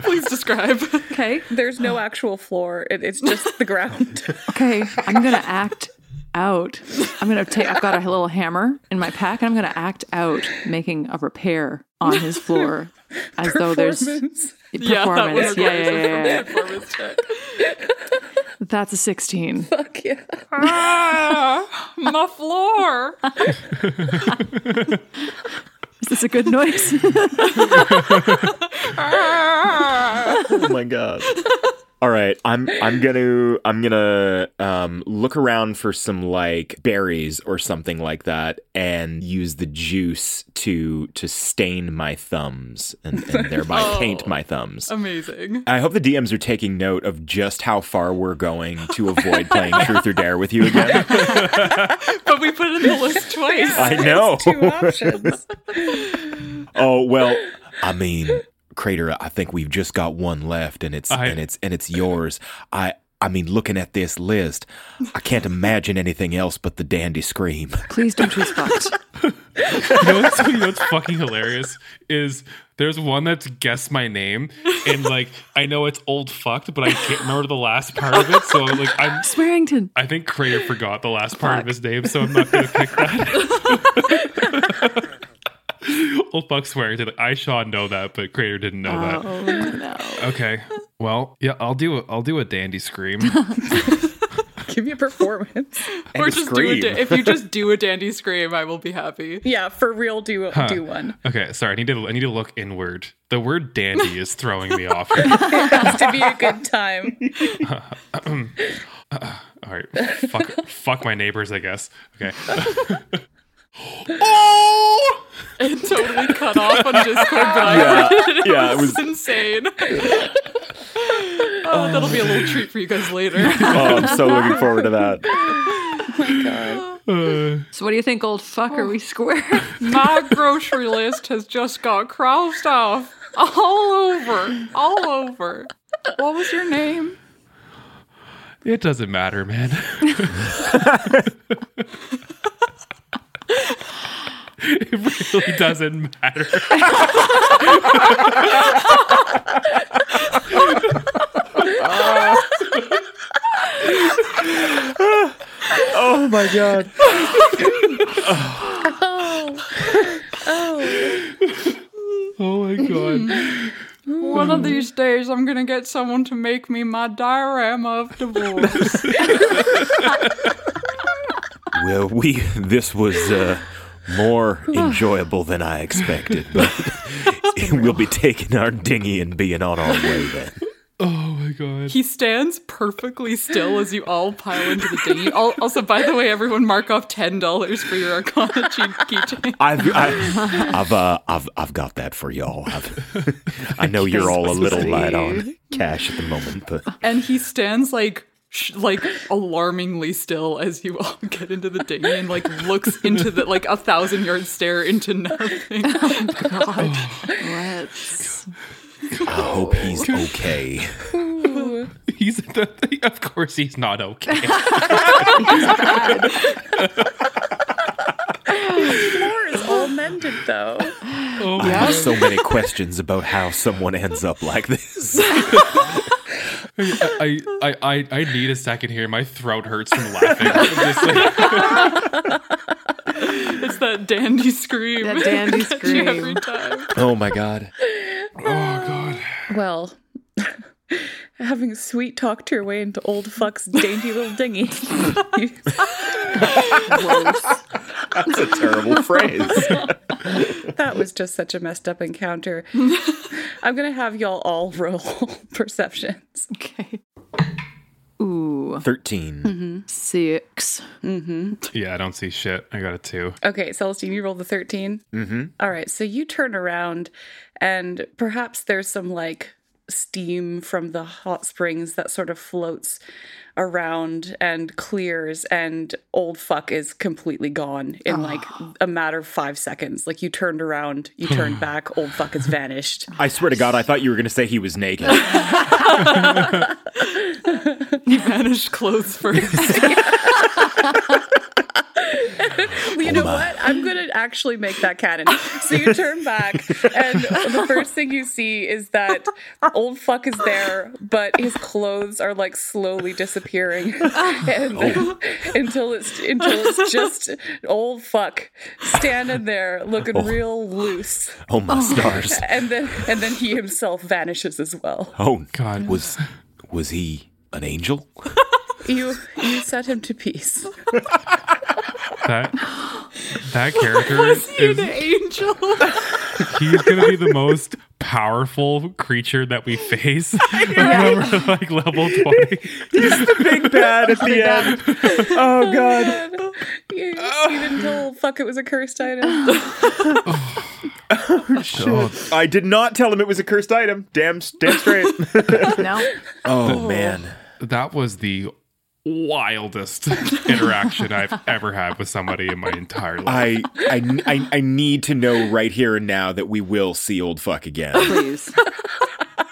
[SPEAKER 3] Please describe.
[SPEAKER 2] Okay.
[SPEAKER 8] There's no actual floor. It, it's just the ground. [LAUGHS]
[SPEAKER 2] Okay, I'm going to act out. I'm going to take, I've got a little hammer in my pack and I'm going to act out making a repair on his floor as though there's
[SPEAKER 8] Performance.
[SPEAKER 2] performance. Yeah, yeah, yeah, yeah, yeah.
[SPEAKER 3] Performance check.
[SPEAKER 2] That's a 16.
[SPEAKER 8] Fuck yeah.
[SPEAKER 3] Ah, my floor.
[SPEAKER 2] Is this a good noise? [LAUGHS]
[SPEAKER 9] Oh my god. All right, I'm I'm gonna I'm gonna um, look around for some like berries or something like that, and use the juice to to stain my thumbs and, and thereby paint my thumbs.
[SPEAKER 3] Amazing.
[SPEAKER 9] I hope the DMs are taking note of just how far we're going to avoid playing Truth or Dare with you again.
[SPEAKER 3] But we put it in the list twice.
[SPEAKER 9] I know.
[SPEAKER 8] Two options.
[SPEAKER 9] Oh well, I mean, Crater, I think we've just got one left, and it's
[SPEAKER 7] I-
[SPEAKER 9] and it's and it's yours. I I mean, looking at this list, I can't imagine anything else but the dandy scream.
[SPEAKER 2] Please don't choose fucked.
[SPEAKER 7] [LAUGHS] you know, what's, you know what's fucking hilarious is there's one that's guess my name and like I know it's old fucked, but I can't remember the last part of it. So like I'm.
[SPEAKER 2] Swearington.
[SPEAKER 7] I think Crater forgot the last part of his name, so I'm not going to pick that. Old Buck swearing to I Shaw know that, but Crater didn't know that.
[SPEAKER 2] Oh, no.
[SPEAKER 7] Okay, well, yeah, I'll do a, I'll do a dandy scream.
[SPEAKER 8] Give me a performance.
[SPEAKER 3] or just do a da- if you just do a dandy scream, I will be [LAUGHS] happy.
[SPEAKER 8] Yeah, for real, do do one. [LAUGHS]
[SPEAKER 7] Okay, sorry, I need to I need to look inward. The word dandy is throwing me off.
[SPEAKER 8] It has to be a good time.
[SPEAKER 7] All right, fuck, fuck my neighbors, I guess. Okay,
[SPEAKER 3] It totally cut off on Discord, [LAUGHS] but I
[SPEAKER 9] Yeah, yeah, it was.
[SPEAKER 3] It's insane. oh, that'll be a little treat for you guys later.
[SPEAKER 9] Oh, I'm so looking forward to that.
[SPEAKER 2] So, what do you think, old fuck? Are we square?
[SPEAKER 3] My grocery list has just got crossed off all over, all over. What was your name?
[SPEAKER 7] it doesn't matter, man. [LAUGHS] it really doesn't matter.
[SPEAKER 9] Oh my god.
[SPEAKER 7] Oh my god.
[SPEAKER 3] One of these days, I'm gonna get someone to make me my diorama of divorce.
[SPEAKER 9] Well, we this was uh, more enjoyable than I expected, but [LAUGHS] we'll be taking our dinghy and being on our way then.
[SPEAKER 7] Oh my
[SPEAKER 3] [LAUGHS]
[SPEAKER 7] god.
[SPEAKER 3] he stands perfectly still as you all pile into the dinghy. Al- Also, by the way, everyone mark off ten dollars for your Arcana [LAUGHS] cheat keychain.
[SPEAKER 9] I've [LAUGHS] I, I've uh, I've I've got that for y'all. I've, I know you're all a little light on cash at the moment, but
[SPEAKER 3] and he stands like sh- like alarmingly still as you all get into the dinghy and like looks into the like a thousand yard stare into nothing.
[SPEAKER 2] Let's.
[SPEAKER 9] I hope he's okay.
[SPEAKER 7] He's [LAUGHS] the, of course he's not okay.
[SPEAKER 8] Floor is all mended though.
[SPEAKER 9] I have so [LAUGHS] many questions about how someone ends up like this.
[SPEAKER 7] I, I I I need a second here. My throat hurts from
[SPEAKER 8] [LAUGHS]
[SPEAKER 7] laughing. I'm just like-
[SPEAKER 3] It's that dandy scream.
[SPEAKER 2] That dandy
[SPEAKER 3] Gets you
[SPEAKER 2] scream.
[SPEAKER 3] every time.
[SPEAKER 9] Oh my god.
[SPEAKER 7] oh god.
[SPEAKER 8] Well, [LAUGHS] having sweet talked your way into old fuck's dainty little dinghy.
[SPEAKER 3] [LAUGHS]
[SPEAKER 9] That's a terrible phrase.
[SPEAKER 8] that was just such a messed up encounter. I'm gonna have y'all all [LAUGHS] roll perceptions.
[SPEAKER 2] Okay. Ooh,
[SPEAKER 9] 13.
[SPEAKER 2] six.
[SPEAKER 7] Yeah, I don't see shit. I got a two.
[SPEAKER 8] Okay, Celestine, you rolled the 13. Mm-hmm. right, so you turn around, and perhaps there's some like steam from the hot springs that sort of floats around and clears and old fuck is completely gone in like a matter of five seconds like you turned around you turned back old fuck is vanished
[SPEAKER 9] I swear to God, I thought you were going to say he was naked.
[SPEAKER 2] He vanished clothes first.
[SPEAKER 8] Well, you know what? I'm gonna actually make that canon. So you turn back, and the first thing you see is that old fuck is there, but his clothes are like slowly disappearing, and until it's until it's just old fuck standing there looking real loose,
[SPEAKER 9] Oh [LAUGHS] my stars!
[SPEAKER 8] and then and then he himself vanishes as well.
[SPEAKER 9] Oh
[SPEAKER 7] God.
[SPEAKER 9] was was he an angel?
[SPEAKER 8] You you set him to peace.
[SPEAKER 7] That that character is
[SPEAKER 2] angel.
[SPEAKER 7] he's gonna be the most powerful creature that we
[SPEAKER 8] [LAUGHS]
[SPEAKER 7] face. Remember, like level twenty.
[SPEAKER 9] Big bad at the end. Oh God!
[SPEAKER 8] You even told fuck it was a cursed item.
[SPEAKER 9] I did not tell him it was a cursed item. Damn, damn straight.
[SPEAKER 2] No.
[SPEAKER 9] oh man.
[SPEAKER 7] That was the
[SPEAKER 8] [LAUGHS]
[SPEAKER 7] wildest interaction I've ever had with somebody in my entire life.
[SPEAKER 9] I, I, I, I need to know right here and now that we will see old fuck again.
[SPEAKER 2] Please.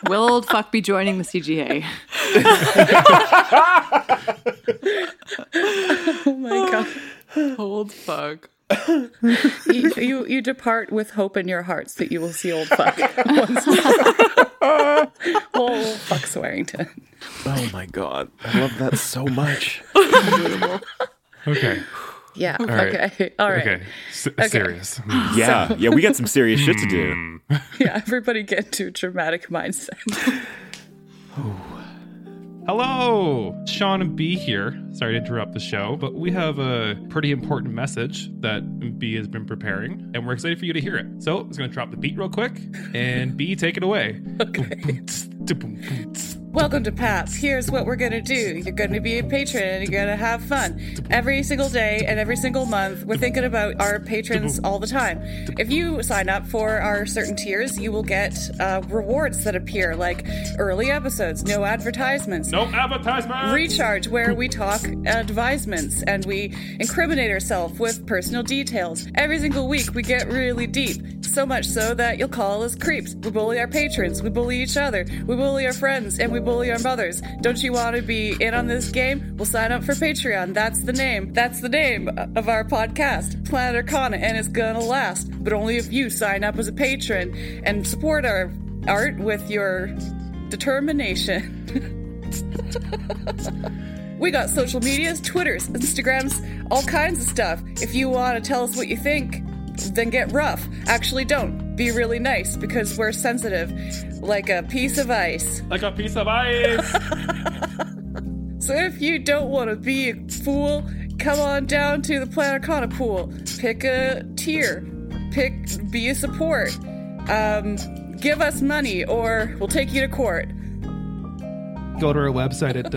[SPEAKER 2] Will old fuck be joining the CGA?
[SPEAKER 8] Oh my god.
[SPEAKER 2] Old fuck.
[SPEAKER 8] uh, [LAUGHS] you, you you depart with hope in your hearts that you will see old fuck once more. old fuck Swearington.
[SPEAKER 9] Oh my God! I love that so much.
[SPEAKER 7] okay.
[SPEAKER 8] Yeah.
[SPEAKER 7] right.
[SPEAKER 8] Okay. All right.
[SPEAKER 7] Okay. S- Serious.
[SPEAKER 9] Yeah, yeah. We got some serious shit to do.
[SPEAKER 8] Yeah. Everybody get into a dramatic mindset.
[SPEAKER 7] Hello, Sean and B here. Sorry to interrupt the show, but we have a pretty important message that B has been preparing, and we're excited for you to hear it. So, I'm just going to drop the beat real quick, and B, take it away.
[SPEAKER 8] [LAUGHS] Okay. Welcome to PAPS. Here's what we're going to do. You're going to be a patron and you're going to have fun. Every single day and every single month, we're thinking about our patrons all the time. If you sign up for our certain tiers, you will get uh, rewards that appear like early episodes, no advertisements,
[SPEAKER 7] No advertisement.
[SPEAKER 8] Recharge, where we talk advisements and we incriminate ourselves with personal details. Every single week, we get really deep, so much so that you'll call us creeps. We bully our patrons, we bully each other, we bully our friends, and we bully our mothers. Don't you want to be in on this game? We'll sign up for Patreon. That's the name. That's the name of our podcast, Planet Arcana, and it's gonna last, but only if you sign up as a patron and support our art with your determination. We got social medias, Twitters, Instagrams, all kinds of stuff. If you want to tell us what you think, then get rough. Actually, don't. Be really nice because we're sensitive, like a piece of ice.
[SPEAKER 7] Like a piece of ice.
[SPEAKER 8] So if you don't want to be a fool, come on down to the Planarcana pool. Pick a tier. Pick be a support. Um, give us money or we'll take you to court. [LAUGHS]
[SPEAKER 10] go to our website at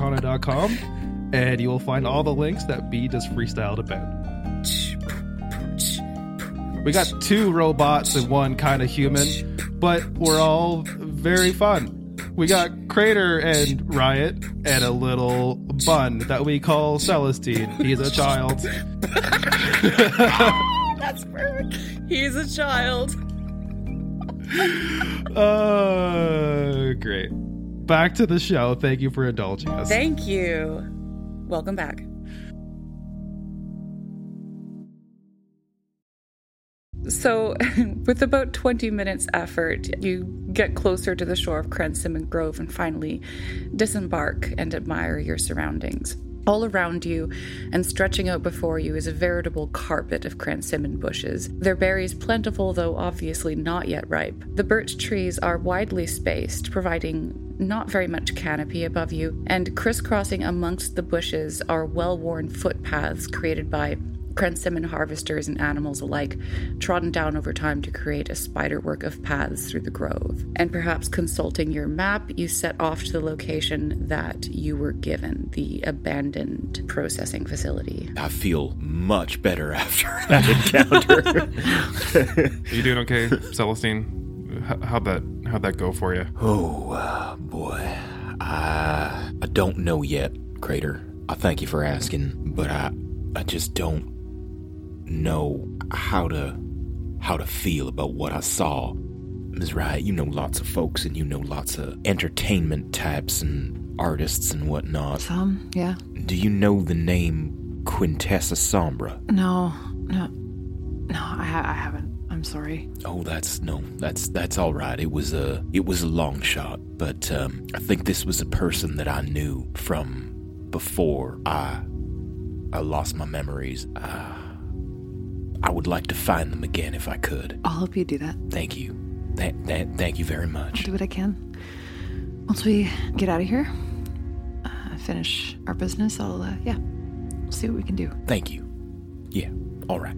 [SPEAKER 10] www.planetarcana.com and you will find all the links that B just freestyled about. We got two robots and one kind of human, but we're all very fun. We got Crater and Riot and a little bun that we call Celestine. He's a child.
[SPEAKER 8] That's perfect. He's a child.
[SPEAKER 10] Uh, great. Back to the show. Thank you for indulging us.
[SPEAKER 8] Thank you. Welcome back. So, [LAUGHS] with about 20 minutes effort, you get closer to the shore of Crensimon Grove and finally disembark and admire your surroundings. All around you and stretching out before you is a veritable carpet of cransimon bushes, their berries plentiful though obviously not yet ripe. The birch trees are widely spaced, providing not very much canopy above you, and crisscrossing amongst the bushes are well worn footpaths created by Crensimon harvesters and animals alike, trodden down over time to create a spiderwork of paths through the grove. And perhaps consulting your map, you set off to the location that you were given the abandoned processing facility.
[SPEAKER 9] I feel much better after that encounter.
[SPEAKER 8] [LAUGHS]
[SPEAKER 7] Are you doing okay, Celestine? How, how'd that How'd that go for you?
[SPEAKER 9] Oh, uh, boy. I, I don't know yet, Crater. I thank you for asking, but I I just don't know how to how to feel about what I saw. Ms. Riot, you know lots of folks and you know lots of entertainment types and artists and whatnot.
[SPEAKER 2] Some, yeah.
[SPEAKER 9] Do you know the name Quintessa Sombra?
[SPEAKER 2] No, no, no. I, ha- I haven't. I'm sorry.
[SPEAKER 9] Oh, that's no, that's that's all right. It was a it was a long shot, but um, I think this was a person that I knew from before I I lost my memories. Uh, I would like to find them again if I could.
[SPEAKER 2] I'll help you do that.
[SPEAKER 9] Thank you, Th- th- thank you very
[SPEAKER 2] I'll
[SPEAKER 9] much.
[SPEAKER 2] do what I can. Once we get out of here, uh, finish our business, I'll, uh, yeah, we'll see what we can do.
[SPEAKER 9] Thank you. Yeah, all right.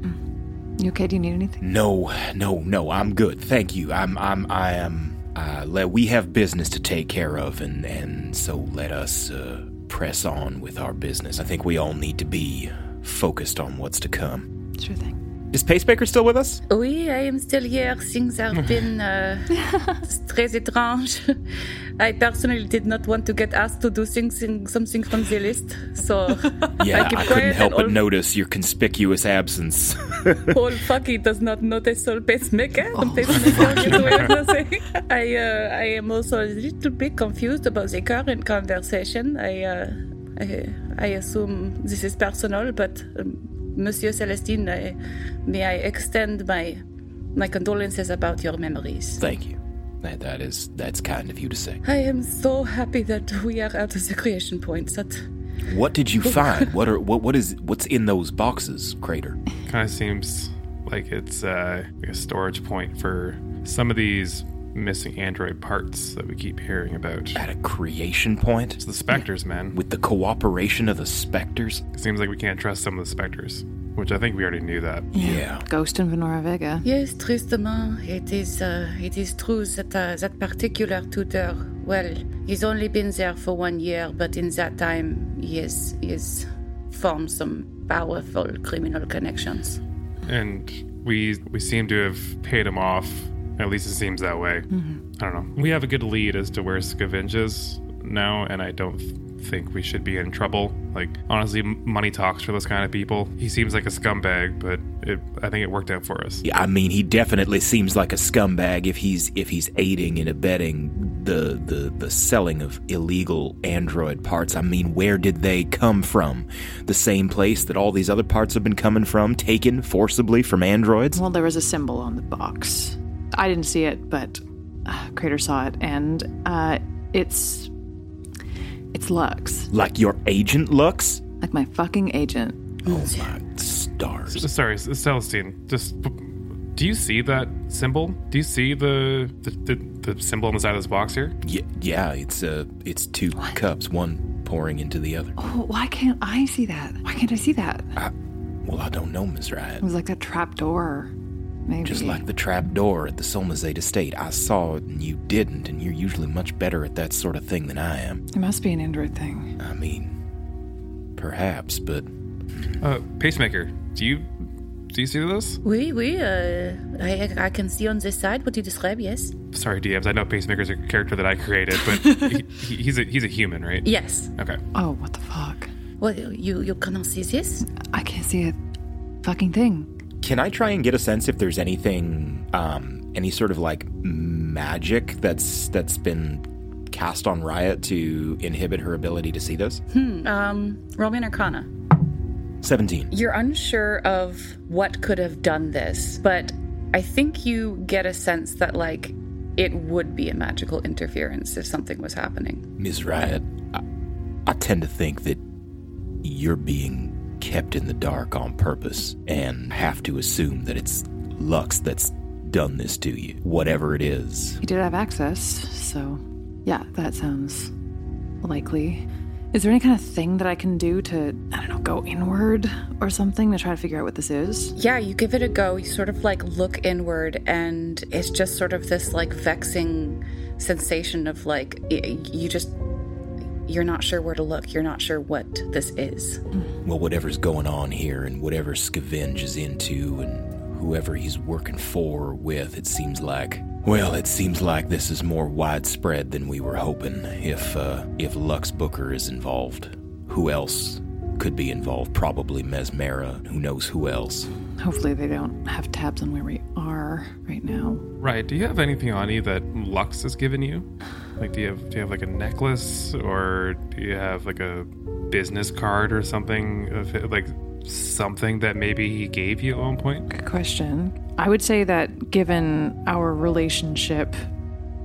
[SPEAKER 2] You okay? Do you need anything?
[SPEAKER 9] No, no, no. I'm good. Thank you. I'm, I'm, I am. Uh, let we have business to take care of, and and so let us uh, press on with our business. I think we all need to be focused on what's to come.
[SPEAKER 2] Sure thing.
[SPEAKER 9] Is Pacemaker still with us?
[SPEAKER 8] Oui, I am still here.
[SPEAKER 9] [LAUGHS]
[SPEAKER 8] Things have been uh, très étrange. I personally did not want to get asked to do things, something from the list, so
[SPEAKER 9] [LAUGHS] Yeah,
[SPEAKER 8] keep
[SPEAKER 9] I, couldn't
[SPEAKER 8] quiet
[SPEAKER 9] help
[SPEAKER 8] and oh.
[SPEAKER 9] but
[SPEAKER 8] all-
[SPEAKER 9] notice your conspicuous absence. [LAUGHS]
[SPEAKER 8] whole fucky does not notice all pacemaker.
[SPEAKER 9] Oh.
[SPEAKER 8] pacemaker is doing nothing. [LAUGHS] I uh, I am also a little bit confused about the current conversation. I uh, I, I assume this is personal, but um, Monsieur Celestine, I, may I extend my my condolences about your memories.
[SPEAKER 9] Thank you. That, that is that's kind of you to say.
[SPEAKER 8] I am so happy that we are out of the creation point. That
[SPEAKER 9] What did you find? What are what what is what's in those boxes, Crater?
[SPEAKER 7] Kind of seems like it's uh, like a storage point for some of these missing android parts that we keep hearing about.
[SPEAKER 9] At a creation point
[SPEAKER 7] It's the specters, man.
[SPEAKER 9] with the cooperation of the specters.
[SPEAKER 7] It seems like we can't trust some of the specters, which I think we already knew that.
[SPEAKER 9] Yeah.
[SPEAKER 2] Ghost and Venora Vega.
[SPEAKER 8] yes, tristement, it is uh, it is true that uh, that particular tutor. Well, he's only been there for one year, but in that time, he has he has formed some powerful criminal connections.
[SPEAKER 7] and we we seem to have paid him off. At least it seems that way. I don't know. We have a good lead as to where Scavenge is now, and I don't think we should be in trouble. Like honestly, m- money talks for those kind of people. He seems like a scumbag, but it, I think it worked out for us.
[SPEAKER 9] I mean, he definitely seems like a scumbag if he's if he's aiding and abetting the the the selling of illegal android parts. I mean, where did they come from? The same place that all these other parts have been coming from, taken forcibly from androids?
[SPEAKER 2] Well, there was a symbol on the box. I didn't see it, but uh, Crater saw it, and uh, it's it's Lux,
[SPEAKER 9] Like your agent Lux?
[SPEAKER 2] like my fucking agent.
[SPEAKER 9] Oh my stars.
[SPEAKER 7] S- Sorry, S- Celestine. Just p- do you see that symbol? Do you see the the, the, the symbol on the side of this box here?
[SPEAKER 9] Yeah, yeah it's uh it's two cups, one pouring into the other.
[SPEAKER 2] Oh, why can't I see that? Why can't I see that? It
[SPEAKER 9] Well, I don't know, Miss Riot.
[SPEAKER 2] was like that trap door. Maybe.
[SPEAKER 9] Just like the trap door at the Solmazade estate, I saw it and you didn't, and you're usually much better at that sort of thing than I am.
[SPEAKER 2] it must be an android thing.
[SPEAKER 9] I mean, perhaps, but
[SPEAKER 7] Uh, pacemaker. Do you do you see this?
[SPEAKER 8] Oui, oui. Uh, I I can see on this side what you describe. Yes.
[SPEAKER 7] Sorry, DMs. I know Pacemaker's a character that I created, but he, he, he's a he's a human, right?
[SPEAKER 8] Yes.
[SPEAKER 7] Okay.
[SPEAKER 2] Oh, what the fuck!
[SPEAKER 8] Well, you you cannot see this.
[SPEAKER 2] I can't see a fucking thing.
[SPEAKER 9] can I try and get a sense if there's anything, um, any sort of like magic that's that's been cast on Riot to inhibit her ability to see this?
[SPEAKER 8] Um, Roman Arcana.
[SPEAKER 9] Seventeen.
[SPEAKER 8] You're unsure of what could have done this, but I think you get a sense that, like, it would be a magical interference if something was happening.
[SPEAKER 9] Ms. Riot, I, I tend to think that you're being kept in the dark on purpose, and have to assume that it's Lux that's done this to you, whatever it is.
[SPEAKER 2] He did have access, so yeah, that sounds likely. Is there any kind of thing that I can do to, I don't know, go inward or something to try to figure out what this is?
[SPEAKER 8] Yeah, you give it a go. You sort of, like, look inward, and it's just sort of this, like, vexing sensation of, like, y- you just. You're not sure where to look. You're not sure what this is.
[SPEAKER 9] Well, whatever's going on here and whatever Scavenge is into and whoever he's working for or with, it seems like Well, it seems like this is more widespread than we were hoping. If uh, if Lux Booker is involved, who else could be involved? Probably Mesmera. Who knows who else?
[SPEAKER 2] Hopefully, they don't have tabs on where we are right now.
[SPEAKER 7] Right. Do you have anything on you that Lux has given you? Like, do you have do you have like a necklace, or do you have like a business card or something of it- like something that maybe he gave you at one point?
[SPEAKER 2] Good question. I would say that given our relationship,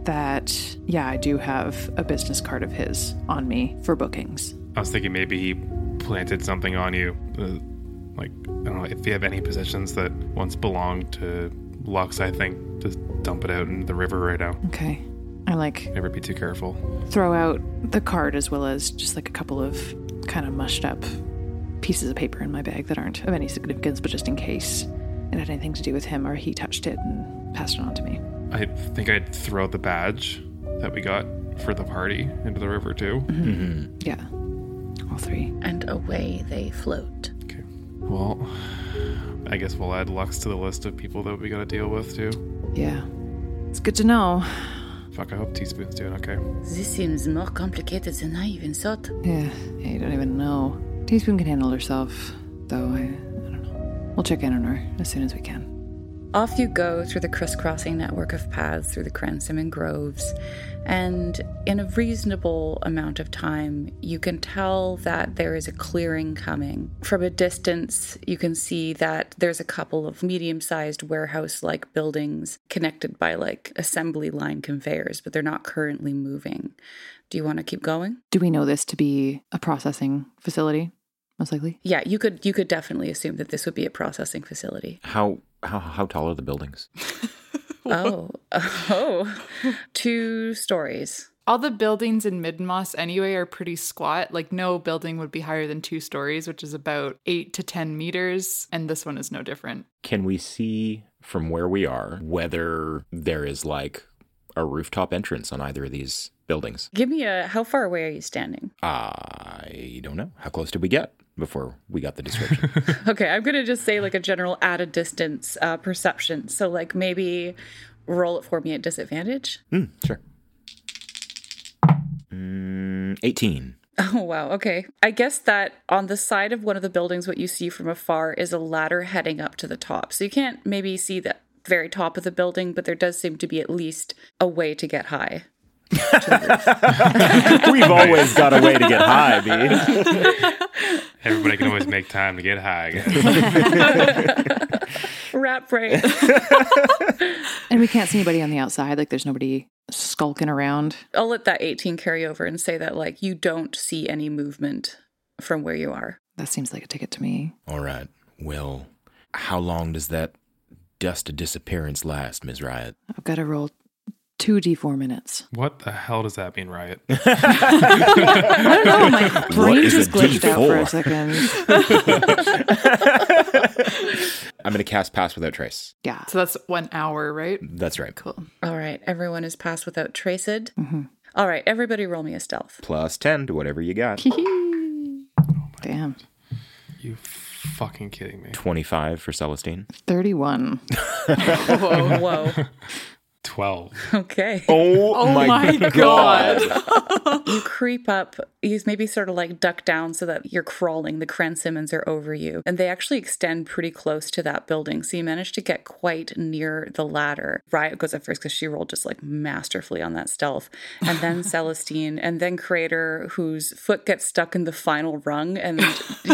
[SPEAKER 2] that yeah, I do have a business card of his on me for bookings.
[SPEAKER 7] I was thinking maybe he planted something on you, uh, like I don't know if you have any possessions that once belonged to Lux. I think just dump it out in the river right now.
[SPEAKER 2] Okay. I like
[SPEAKER 7] Never be too careful.
[SPEAKER 2] throw out the card as well as just like a couple of kind of mushed up pieces of paper in my bag that aren't of any significance, but just in case it had anything to do with him or he touched it and passed it on to me.
[SPEAKER 7] I think I'd throw the badge that we got for the party into the river too.
[SPEAKER 2] Mm-hmm. Yeah. All three.
[SPEAKER 8] And away they float.
[SPEAKER 7] Okay. Well, I guess we'll add Lux to the list of people that we gotta deal with too.
[SPEAKER 2] Yeah. It's good to know.
[SPEAKER 7] Fuck, I hope Teaspoon's doing okay.
[SPEAKER 4] This seems more complicated than I even thought.
[SPEAKER 2] Yeah, yeah, you don't even know. Teaspoon can handle herself, though. I, I don't know. We'll check in on her as soon as we can.
[SPEAKER 8] Off you go through the crisscrossing network of paths through the Cransom and Groves, and in a reasonable amount of time, you can tell that there is a clearing coming. From a distance, you can see that there's a couple of medium sized warehouse like buildings connected by like assembly line conveyors, but they're not currently moving. Do you want to keep going?
[SPEAKER 2] Do we know this to be a processing facility? Most likely.
[SPEAKER 8] Yeah, you could you could definitely assume that this would be a processing facility.
[SPEAKER 9] How how how tall are the buildings?
[SPEAKER 8] Oh, [LAUGHS] oh, two stories.
[SPEAKER 3] All the buildings in Midmoss anyway are pretty squat. Like no building would be higher than two stories, which is about eight to ten meters, and this one is no different.
[SPEAKER 9] Can we see from where we are whether there is like a rooftop entrance on either of these buildings?
[SPEAKER 8] Give me a how far away are you standing?
[SPEAKER 9] I don't know. How close did we get before we got the description? [LAUGHS]
[SPEAKER 8] Okay, I'm gonna just say like a general at a distance uh, perception. So like maybe roll it for me at disadvantage.
[SPEAKER 9] Hmm, sure. Mm, Eighteen.
[SPEAKER 8] Oh [LAUGHS] wow, okay. I guess that on the side of one of the buildings, what you see from afar is a ladder heading up to the top. So you can't maybe see the very top of the building, but there does seem to be at least a way to get high.
[SPEAKER 9] [LAUGHS] We've always got a way to get high, B.
[SPEAKER 7] Everybody can always make time to get high.
[SPEAKER 2] [LAUGHS]
[SPEAKER 8] Wrap right.
[SPEAKER 2] And we can't see anybody on the outside. Like, there's nobody skulking around.
[SPEAKER 8] [LAUGHS] I'll let that 18 carry over and say that like you don't see any movement from where you are.
[SPEAKER 2] That seems like a ticket to me.
[SPEAKER 9] [LAUGHS] All right. Well, how long does that dust of disappearance last, Ms. Riot?
[SPEAKER 2] I've got to roll two d4 minutes.
[SPEAKER 7] [LAUGHS] what the hell does that mean, Riot?
[SPEAKER 2] I don't know. Oh, My brain
[SPEAKER 9] is
[SPEAKER 2] just
[SPEAKER 9] a
[SPEAKER 2] glitched out for a
[SPEAKER 9] D4?
[SPEAKER 2] second.
[SPEAKER 9] I'm going to cast Pass Without Trace.
[SPEAKER 2] Yeah.
[SPEAKER 3] So that's one hour, right?
[SPEAKER 9] That's right.
[SPEAKER 3] Cool.
[SPEAKER 8] All right, everyone is passed without traced. All right, everybody roll me a stealth.
[SPEAKER 9] Plus 10 to whatever you got.
[SPEAKER 2] Damn.
[SPEAKER 7] you fucking kidding me?
[SPEAKER 9] 25 for Celestine.
[SPEAKER 2] 31.
[SPEAKER 8] Whoa, whoa.
[SPEAKER 7] Twelve.
[SPEAKER 8] Okay.
[SPEAKER 9] Oh, my, god.
[SPEAKER 8] You creep up, you maybe sort of like duck down so that you're crawling. The Crensimmons are over you. And they actually extend pretty close to that building. So you manage to get quite near the ladder. Riot goes up first because she rolled just like masterfully on that stealth. And then Celestine, and then Crater, whose foot gets stuck in the final rung. And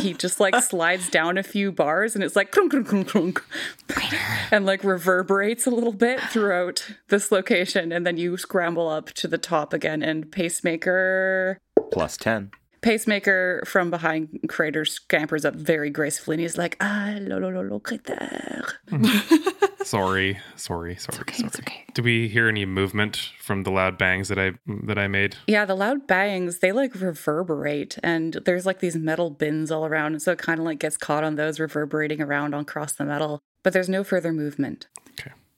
[SPEAKER 8] he just like slides down a few bars and it's like crunk, crunk, crunk, crunk, and like reverberates a little bit throughout this location. And then you scramble up to the top again and pacemaker
[SPEAKER 9] Plus 10.
[SPEAKER 8] Pacemaker from behind Crater scampers up very gracefully and he's like, ah, lo, lo, lo, lo, Crater.
[SPEAKER 7] sorry, sorry, sorry,
[SPEAKER 2] Okay,
[SPEAKER 7] sorry.
[SPEAKER 2] it's okay.
[SPEAKER 7] Do we hear any movement from the loud bangs that I that I made?
[SPEAKER 8] Yeah, the loud bangs, they like reverberate and there's like these metal bins all around. And so it kind of like gets caught on those reverberating around on cross the metal. But there's no further movement.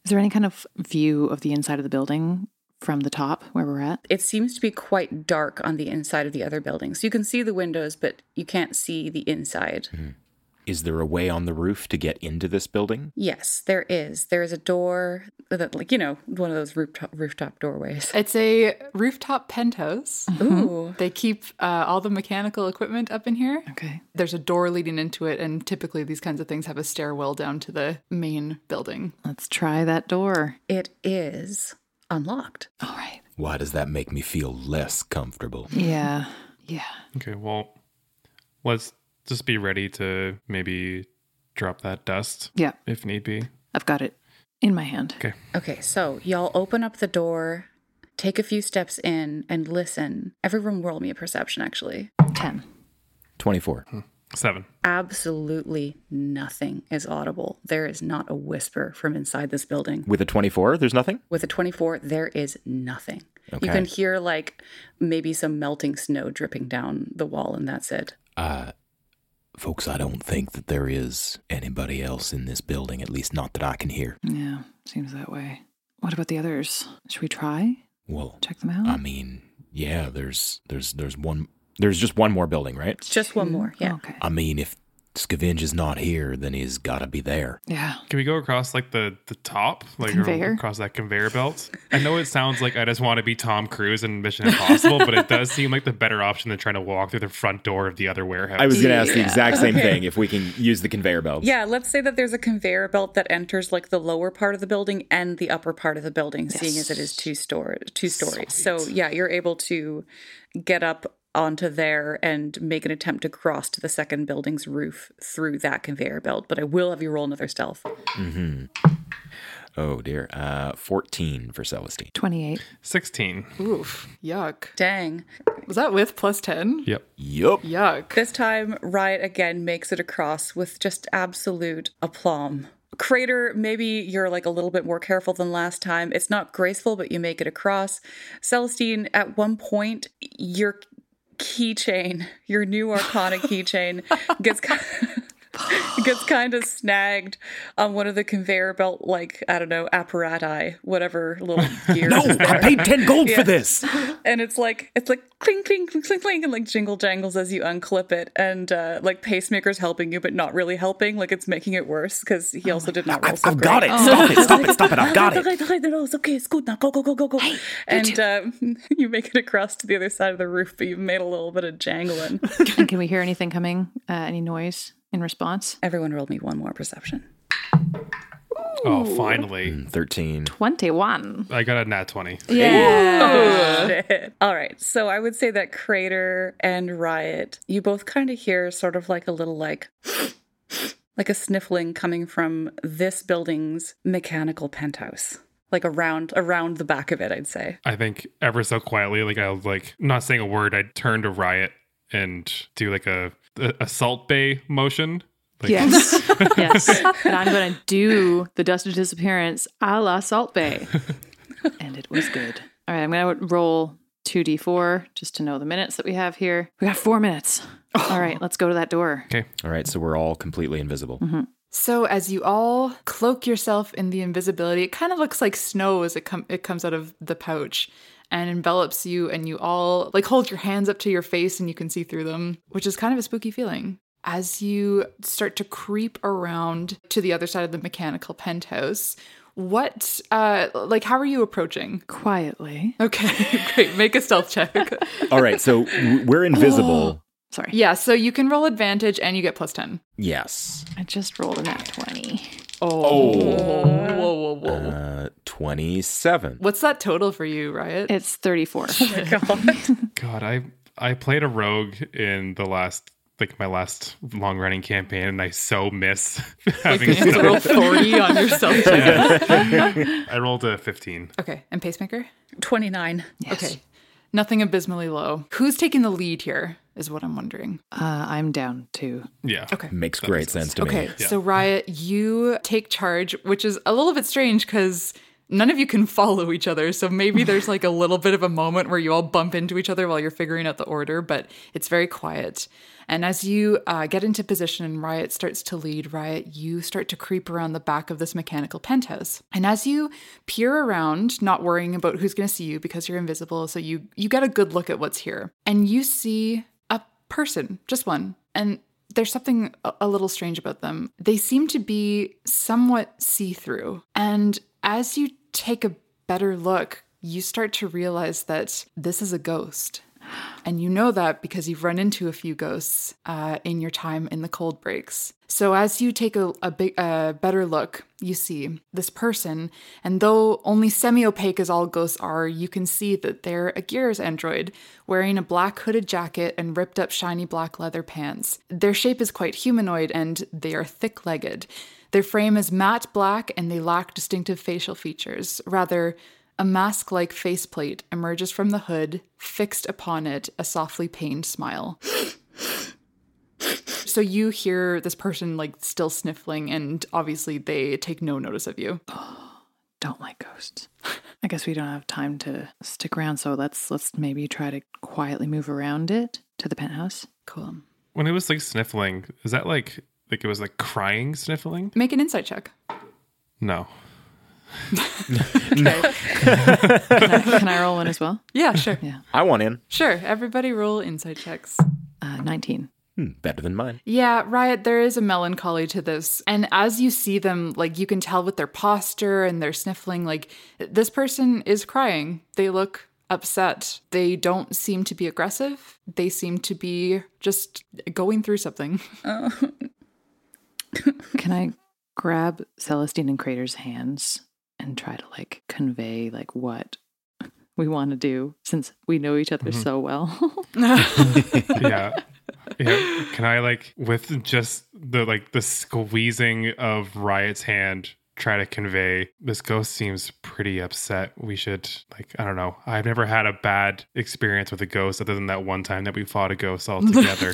[SPEAKER 2] Is there any kind of view of the inside of the building from the top where we're at?
[SPEAKER 8] It seems to be quite dark on the inside of the other buildings. You can see the windows, but you can't see the inside.
[SPEAKER 9] Is there a way on the roof to get into this building?
[SPEAKER 4] Yes, there is. There is a door that, like, you know, one of those rooftop rooftop doorways.
[SPEAKER 3] It's a rooftop penthouse.
[SPEAKER 4] Ooh.
[SPEAKER 3] They keep uh, all the mechanical equipment up in here.
[SPEAKER 2] Okay.
[SPEAKER 3] There's a door leading into it, and typically these kinds of things have a stairwell down to the main building.
[SPEAKER 2] Let's try that door.
[SPEAKER 4] It is unlocked.
[SPEAKER 2] All right.
[SPEAKER 9] Why does that make me feel less comfortable?
[SPEAKER 4] [SIGHS]
[SPEAKER 2] Yeah. Yeah.
[SPEAKER 7] Okay, well, let's just be ready to maybe drop that dust
[SPEAKER 2] Yeah.
[SPEAKER 7] if need be.
[SPEAKER 2] I've got it in my hand.
[SPEAKER 7] Okay.
[SPEAKER 4] Okay, so y'all open up the door, take a few steps in, and listen. Everyone roll me a perception, actually.
[SPEAKER 2] 10.
[SPEAKER 9] 24.
[SPEAKER 7] Seven.
[SPEAKER 4] Absolutely nothing is audible. There is not a whisper from inside this building.
[SPEAKER 9] With a 24, there's nothing?
[SPEAKER 4] With a 24, there is nothing.
[SPEAKER 9] Okay.
[SPEAKER 4] You can hear, like, maybe some melting snow dripping down the wall, and that's it.
[SPEAKER 9] Uh, folks, I don't think that there is anybody else in this building, at least not that I can hear.
[SPEAKER 2] Yeah. Seems that way. What about the others? Should we try?
[SPEAKER 9] Well,
[SPEAKER 2] Check them out?
[SPEAKER 9] I mean, yeah, there's there's there's one there's just one more building, right?
[SPEAKER 4] It's just one more. Yeah.
[SPEAKER 2] Oh, Okay.
[SPEAKER 9] I mean, if Scavenge is not here, then he's got to be there.
[SPEAKER 2] Yeah.
[SPEAKER 7] Can we go across like the the top, like
[SPEAKER 2] Conveyor?
[SPEAKER 7] across that conveyor belt? I know it sounds like I just want to be Tom Cruise in Mission Impossible, but it does seem like the better option than trying to walk through the front door of the other warehouse.
[SPEAKER 9] I was going to ask the exact same thing if we can use the conveyor belt.
[SPEAKER 4] Yeah, let's say that there's a conveyor belt that enters like the lower part of the building and the upper part of the building, seeing as it is two store two stories. So yeah, you're able to get up onto there and make an attempt to cross to the second building's roof through that conveyor belt. But I will have you roll another stealth.
[SPEAKER 9] Oh dear. Uh, 14 for Celestine.
[SPEAKER 4] [LAUGHS]
[SPEAKER 2] 28.
[SPEAKER 7] sixteen.
[SPEAKER 3] Oof. Yuck.
[SPEAKER 4] Dang.
[SPEAKER 3] Was that with plus 10?
[SPEAKER 7] Yep.
[SPEAKER 9] Yup.
[SPEAKER 3] Yuck.
[SPEAKER 4] This time Riot again makes it across with just absolute aplomb. Crater, maybe you're like a little bit more careful than last time. It's not graceful, but you make it across. Celestine, at one point, your keychain, your new Arcana keychain, gets kind [LAUGHS] gets kind of snagged on one of the conveyor belt, like I don't know, apparati, whatever little gears.
[SPEAKER 9] No,
[SPEAKER 4] is
[SPEAKER 9] I
[SPEAKER 4] there.
[SPEAKER 9] paid 10 gold
[SPEAKER 4] Yeah.
[SPEAKER 9] for this.
[SPEAKER 4] and it's like it's like cling cling cling cling cling and like jingle jangles as you unclip it and uh like pacemaker's helping you but not really helping like it's making it worse because
[SPEAKER 9] Oh
[SPEAKER 4] he also did not roll
[SPEAKER 9] I've,
[SPEAKER 4] so
[SPEAKER 9] I've
[SPEAKER 4] great.
[SPEAKER 9] got it. Stop it. Stop it. Stop it. I've
[SPEAKER 4] [LAUGHS]
[SPEAKER 9] got it.
[SPEAKER 4] Okay, okay, no, it's okay. It's good now. Go, go, go, go, go. and um, [LAUGHS] you make it across to the other side of the roof, but you've made a little bit
[SPEAKER 9] [LAUGHS]
[SPEAKER 4] of jangling.
[SPEAKER 2] and can we hear anything coming? Uh, any noise in response?
[SPEAKER 4] Everyone rolled me one more perception.
[SPEAKER 7] Oh,
[SPEAKER 9] Mm,
[SPEAKER 7] finally.
[SPEAKER 9] 13.
[SPEAKER 2] 21.
[SPEAKER 7] I got a nat 20.
[SPEAKER 4] [LAUGHS] Shit. All right. So I would say that Crater and Riot, you both kind of hear sort of like a little like [SNIFFS] like a sniffling coming from this building's mechanical penthouse. Like around around the back of it, I'd say.
[SPEAKER 7] I think ever so quietly, like I was like not saying a word, I'd turn to Riot and do like a, a assault bay motion. Like,
[SPEAKER 2] Yes. yes. [LAUGHS] And I'm going to do the dust of disappearance a la Salt Bay. And it was good. All right. I'm going to roll 2d4 just to know the minutes that we have here. We got four minutes. All right. Let's go to that door.
[SPEAKER 9] All right, so we're all completely invisible.
[SPEAKER 3] So as you all cloak yourself in the invisibility, it kind of looks like snow as it com- it comes out of the pouch and envelops you and you all like hold your hands up to your face and you can see through them, which is kind of a spooky feeling. As you start to creep around to the other side of the mechanical penthouse, what uh like how are you approaching?
[SPEAKER 2] Quietly.
[SPEAKER 3] Okay, [LAUGHS] great. Make a stealth check.
[SPEAKER 9] All right, so w- we're
[SPEAKER 2] [GASPS]
[SPEAKER 9] invisible.
[SPEAKER 2] Sorry.
[SPEAKER 3] yeah, so you can roll advantage and you get plus 10.
[SPEAKER 9] Yes.
[SPEAKER 2] I just rolled a nat 20. Oh.
[SPEAKER 9] Uh, 27.
[SPEAKER 3] What's that total for you, Riot?
[SPEAKER 2] It's 34.
[SPEAKER 7] God, I I played a rogue in the last like my last long running campaign, and I so miss [LAUGHS] having.
[SPEAKER 3] You have to roll
[SPEAKER 7] stealth.
[SPEAKER 3] 40 on your stealth check.
[SPEAKER 7] I rolled a fifteen.
[SPEAKER 3] Okay, and pacemaker.
[SPEAKER 4] Twenty nine.
[SPEAKER 3] Okay, nothing abysmally low. Who's taking the lead here? Is what I'm wondering.
[SPEAKER 2] Uh, I'm down to.
[SPEAKER 7] Yeah.
[SPEAKER 3] Okay.
[SPEAKER 9] Makes great sense to
[SPEAKER 3] Okay,
[SPEAKER 9] me.
[SPEAKER 3] so Riot, you take charge, which is a little bit strange because none of you can [LAUGHS] follow each other. So maybe there's like a little bit of a moment where you all bump into each other while you're figuring out the order, but it's very quiet. And as you uh, get into position and Riot starts to lead, Riot, you start to creep around the back of this mechanical penthouse. And as you peer around, not worrying about who's going to see you because you're invisible, so you you get a good look at what's here, and you see a person, just one, and There's something a, a little strange about them. They seem to be somewhat see through. And as you take a better look, you start to realize that this is a ghost. And you know that because you've run into a few ghosts uh, in your time in the cold breaks. So as you take a, a big, a better look, you see this person, and though only semi-opaque as all ghosts are, you can see that they're a Gears android wearing a black hooded jacket and ripped up shiny black leather pants. Their shape is quite humanoid, and they are thick-legged. Their frame is matte black, and they lack distinctive facial features. Rather, a mask like faceplate emerges from the hood, fixed upon it a softly pained smile. so you hear this person like still sniffling, and obviously they take no notice of you.
[SPEAKER 2] Don't like ghosts. I guess we don't have time to stick around, so let's let's maybe try to quietly move around it to the penthouse.
[SPEAKER 3] Cool.
[SPEAKER 7] When it was like sniffling, is that like like it was like crying sniffling?
[SPEAKER 3] Make an insight check.
[SPEAKER 7] No.
[SPEAKER 2] Can I, can I roll one as well?
[SPEAKER 3] [LAUGHS] Yeah, sure.
[SPEAKER 2] Yeah.
[SPEAKER 9] I want in.
[SPEAKER 3] Sure. Everybody roll insight checks.
[SPEAKER 2] Uh, 19.
[SPEAKER 9] Hmm, better than mine.
[SPEAKER 3] Yeah, Riot, there is a melancholy to this. And as you see them, like you can tell with their posture and their sniffling, like this person is crying. They look upset. They don't seem to be aggressive. They seem to be just going through something.
[SPEAKER 2] Can I grab Celestine and Crater's hands and try to like convey like what [LAUGHS] we want to do since we know each other so well? [LAUGHS]
[SPEAKER 7] yeah yeah can i like with just the like the squeezing of riot's hand try to convey this ghost seems pretty upset we should like i don't know i've never had a bad experience with a ghost other than that one time that we fought a ghost all together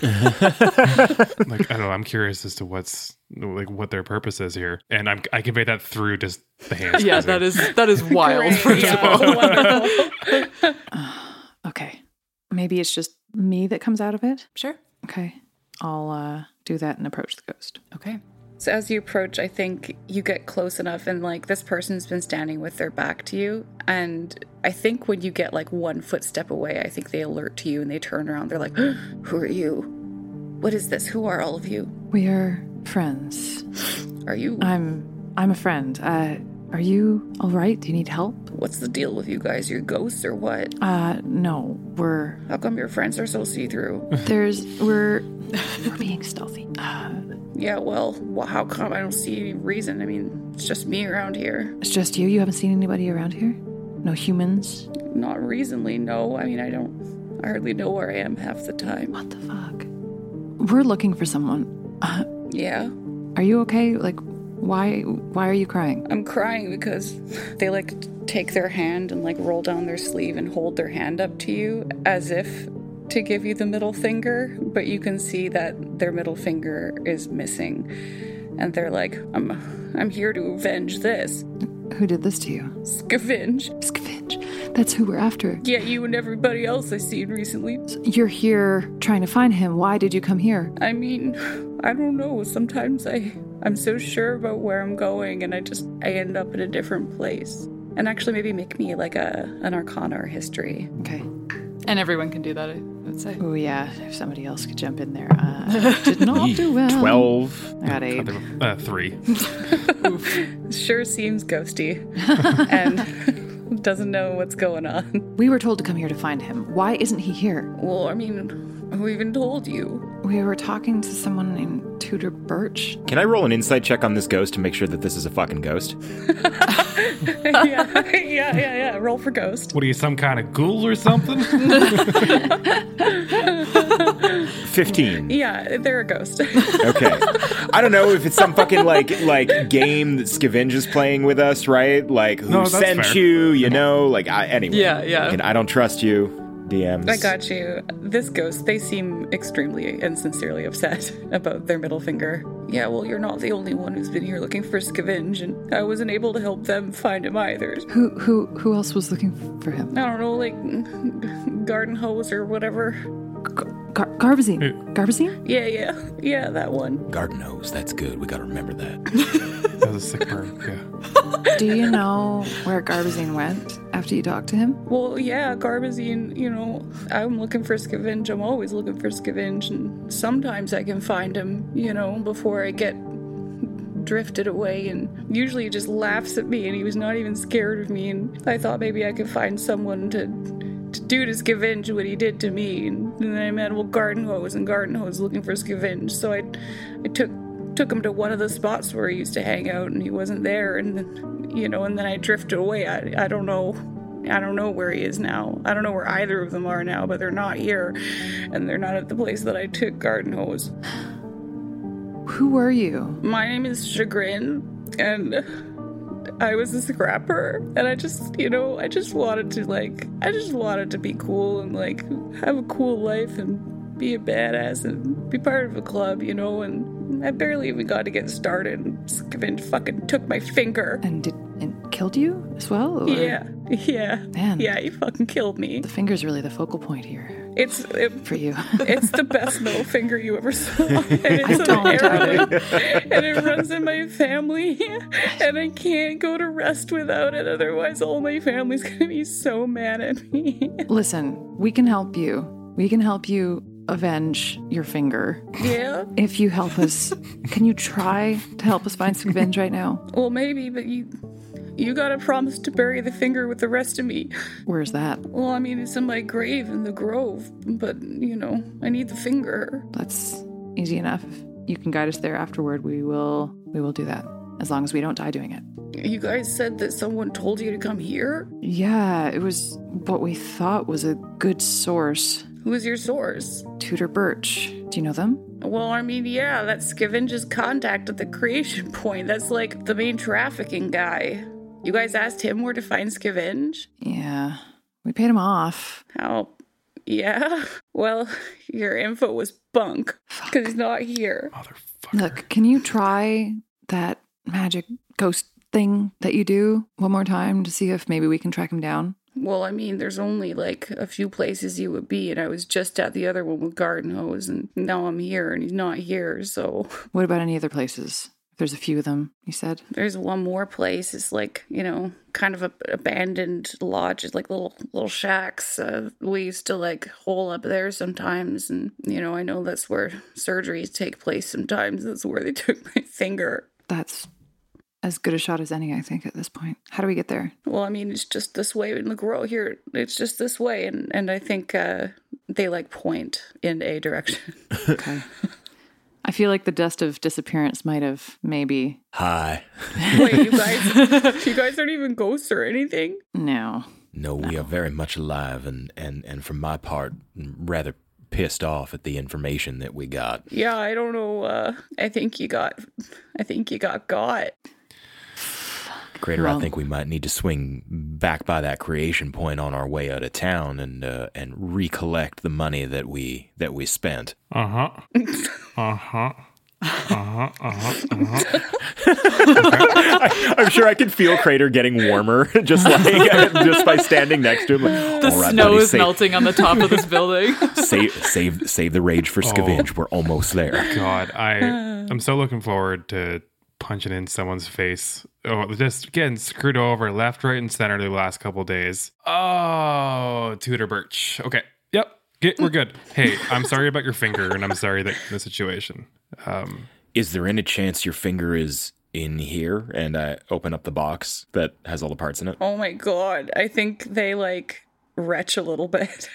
[SPEAKER 7] like i don't know i'm curious as to what's like what their purpose is here and i'm i convey that through just the
[SPEAKER 3] [LAUGHS]
[SPEAKER 7] hands
[SPEAKER 3] yeah, that is that is wild. first of all.
[SPEAKER 2] okay. Maybe it's just me that comes out of it.
[SPEAKER 3] Sure.
[SPEAKER 2] Okay. I'll uh, do that and approach the ghost.
[SPEAKER 3] Okay.
[SPEAKER 8] So as you approach, I think you get close enough, and like this person's been standing with their back to you. And I think when you get like one footstep away, I think they alert to you and they turn around. They're like, [GASPS] Who are you? What is this? Who are all of you?
[SPEAKER 2] We are friends.
[SPEAKER 8] Are you?
[SPEAKER 2] I'm I'm a friend. Uh, are you all right? Do you need help?
[SPEAKER 8] What's the deal with you guys? You're ghosts or what?
[SPEAKER 2] Uh, no. We're
[SPEAKER 8] How come your friends are so see through?
[SPEAKER 2] there's we're we're being stealthy. Uh,
[SPEAKER 8] yeah, well, well, how come Um, I don't see any reason? I mean, it's just me around here.
[SPEAKER 2] it's just you. You haven't seen anybody around here. No humans.
[SPEAKER 8] Not recently, no. I mean, I don't. I hardly know where I am half the time.
[SPEAKER 2] What the fuck? We're looking for someone. Uh,
[SPEAKER 8] Yeah.
[SPEAKER 2] are you okay? Like, why why are you crying?
[SPEAKER 8] I'm crying because [LAUGHS] they like take their hand and like roll down their sleeve and hold their hand up to you as if to give you the middle finger, but you can see that their middle finger is missing. And they're like, I'm I'm here to avenge this.
[SPEAKER 2] Who did this to you?
[SPEAKER 8] Scavenge.
[SPEAKER 2] Scavenge. That's who we're after.
[SPEAKER 8] Yeah, you and everybody else I've seen recently.
[SPEAKER 2] You're here trying to find him. Why did you come here?
[SPEAKER 8] I mean, [SIGHS] I don't know. Sometimes I I'm so sure about where I'm going and I just I end up in a different place. And actually maybe make me like a an arcana or history.
[SPEAKER 2] Okay.
[SPEAKER 3] And everyone can do that, I would say.
[SPEAKER 2] Oh yeah, if somebody else could jump in there, uh, did
[SPEAKER 9] [LAUGHS]
[SPEAKER 2] not do well.
[SPEAKER 9] Twelve.
[SPEAKER 2] I got eight.
[SPEAKER 7] uh, three
[SPEAKER 8] sure seems [LAUGHS] ghosty and doesn't know what's going on.
[SPEAKER 2] We were told to come here to find him. Why isn't he here?
[SPEAKER 8] Well, I mean, who even told you?
[SPEAKER 2] We were talking to someone named Tudor Birch.
[SPEAKER 9] Can I roll an insight check on this ghost to make sure that this is a fucking ghost?
[SPEAKER 8] yeah, yeah, yeah, yeah. Roll for ghost.
[SPEAKER 7] what are you some kind of ghoul or something
[SPEAKER 9] Fifteen.
[SPEAKER 8] [LAUGHS] Yeah, they're a ghost.
[SPEAKER 9] [LAUGHS] Okay. I don't know if it's some fucking like like game that Scavenge is playing with us, right? Like who
[SPEAKER 7] No, that's
[SPEAKER 9] sent
[SPEAKER 7] fair.
[SPEAKER 9] you? You know, like I, anyway.
[SPEAKER 3] Yeah, yeah.
[SPEAKER 9] And I don't trust you, DMs.
[SPEAKER 8] I got you. This ghost, they seem extremely and sincerely upset about their middle finger. Yeah, well, you're not the only one who's been here looking for Scavenge, and I wasn't able to help them find him either.
[SPEAKER 2] Who who who
[SPEAKER 8] Oh. [LAUGHS]
[SPEAKER 2] else was looking for him?
[SPEAKER 8] I don't know, like garden hose or whatever.
[SPEAKER 2] Gar- Garbazine. Garbazine?
[SPEAKER 4] Yeah, yeah, yeah, that one.
[SPEAKER 9] Guard knows. That's good. We got to remember
[SPEAKER 8] [LAUGHS]
[SPEAKER 9] that.
[SPEAKER 7] That was a sick burn. Yeah.
[SPEAKER 2] Do you know where Garbazine went after you talked to him?
[SPEAKER 4] Well, yeah, Garbazine, you know, I'm looking for Scavenge. I'm always looking for Scavenge, and sometimes I can find him, you know, before I get drifted away. And usually he just laughs at me, and he was not even scared of me. And I thought maybe I could find someone to, to do to Scavenge what he did to me. And, then I met, well, Garden Hose, and Garden Hose looking for Scavenge. So I, I took took him to one of the spots where he used to hang out and he wasn't there and then you know and then i drifted away i, I don't know i don't know where he is now i don't know where either of them are now but they're not here and they're not at the place that i took garden hose
[SPEAKER 2] Who were you?
[SPEAKER 4] my name is chagrin and i was a scrapper and i just you know i just wanted to like i just wanted to be cool and like have a cool life and be a badass and be part of a club you know and i barely even got to get started and Skavin fucking took my finger
[SPEAKER 2] And did and killed you as well? Or?
[SPEAKER 4] yeah yeah
[SPEAKER 2] Man.
[SPEAKER 4] yeah he fucking killed me
[SPEAKER 2] The finger's really the focal point here
[SPEAKER 4] it's it,
[SPEAKER 2] for you. [LAUGHS]
[SPEAKER 4] It's the best middle finger you ever saw. [LAUGHS] And it's
[SPEAKER 2] I don't
[SPEAKER 4] an
[SPEAKER 2] doubt
[SPEAKER 4] arrow. And it runs in my family. And I can't go to rest without it. Otherwise, all my family's going to be so mad
[SPEAKER 2] [LAUGHS]
[SPEAKER 4] at me.
[SPEAKER 2] Listen, we can help you. We can help you avenge your finger.
[SPEAKER 4] Yeah.
[SPEAKER 2] If you help us, can you try to help us find some revenge right now?
[SPEAKER 4] Well, maybe, but you. You gotta promise to bury the finger with the rest of me.
[SPEAKER 2] Where's that?
[SPEAKER 4] Well, I mean, it's in my grave in the grove, but you know, I need the finger.
[SPEAKER 2] That's easy enough. If you can guide us there afterward, we will we will do that. As long as we don't die doing it.
[SPEAKER 4] You guys said that someone told you to come here?
[SPEAKER 2] Yeah, it was what we thought was a good source.
[SPEAKER 4] Who's your source?
[SPEAKER 2] Tudor Birch. Do you know them?
[SPEAKER 4] Well, I mean, yeah, that's Scavenge's contact at the creation [LAUGHS] point. That's like the main trafficking guy. You guys asked him where to find Scavenge?
[SPEAKER 2] Yeah. We paid him off.
[SPEAKER 4] How? Yeah. [LAUGHS] Well, your info was bunk because he's not here.
[SPEAKER 2] Look, can you try that magic ghost thing that you do one more time to see if maybe we can track him down?
[SPEAKER 4] Well, I mean, there's only like a few places he would be, and I was just at the other one with Garden Hose, and now I'm here and he's not here, so.
[SPEAKER 2] What about any other places? There's a few of them, you said.
[SPEAKER 4] There's one more place. It's like you know, kind of a abandoned lodge. It's like little little shacks. Uh, we used to like hole up there sometimes, and you know, I know that's where surgeries take place. Sometimes that's where they [LAUGHS] took my finger.
[SPEAKER 2] That's as good a shot as any, I think, at this point. How do we get there?
[SPEAKER 4] Well, I mean, it's just this way in the grow here. It's just this way, and and I think uh, they like point in a direction.
[SPEAKER 2] Okay. I feel like the dust of disappearance might have maybe.
[SPEAKER 9] Hi.
[SPEAKER 4] Wait, you guys, you guys aren't even ghosts or anything.
[SPEAKER 2] No.
[SPEAKER 9] No, we are very much alive, and and and for my part, rather pissed off at the information that we got.
[SPEAKER 4] Yeah, I don't know. Uh, I think you got, I think you got got.
[SPEAKER 9] Greater, I
[SPEAKER 2] Well-
[SPEAKER 9] think we might need to swing back by that creation point on our way out of town and uh, and recollect the money that we that we spent.
[SPEAKER 7] Uh huh. Uh huh.
[SPEAKER 9] I'm sure I can feel Crater getting warmer [LAUGHS] just like [LAUGHS] just by standing next to him. Like,
[SPEAKER 1] The
[SPEAKER 9] "All right,
[SPEAKER 1] snow
[SPEAKER 9] buddy,
[SPEAKER 1] is
[SPEAKER 9] save-
[SPEAKER 1] melting on the top of this building.
[SPEAKER 9] [LAUGHS] Save save save the rage for Scavenge. We're almost there.
[SPEAKER 7] God, I I'm so looking forward to punching in someone's face. Oh, just getting screwed over left, right, and center the last couple days. Oh, Tudor Birch. Okay. Yep. Get, we're good. Hey, I'm sorry about your finger, and I'm sorry that the situation. Um,
[SPEAKER 9] Is there any chance your finger is in here? And I open up the box that has all the parts in it.
[SPEAKER 4] Oh my god. I think they like retch a little bit.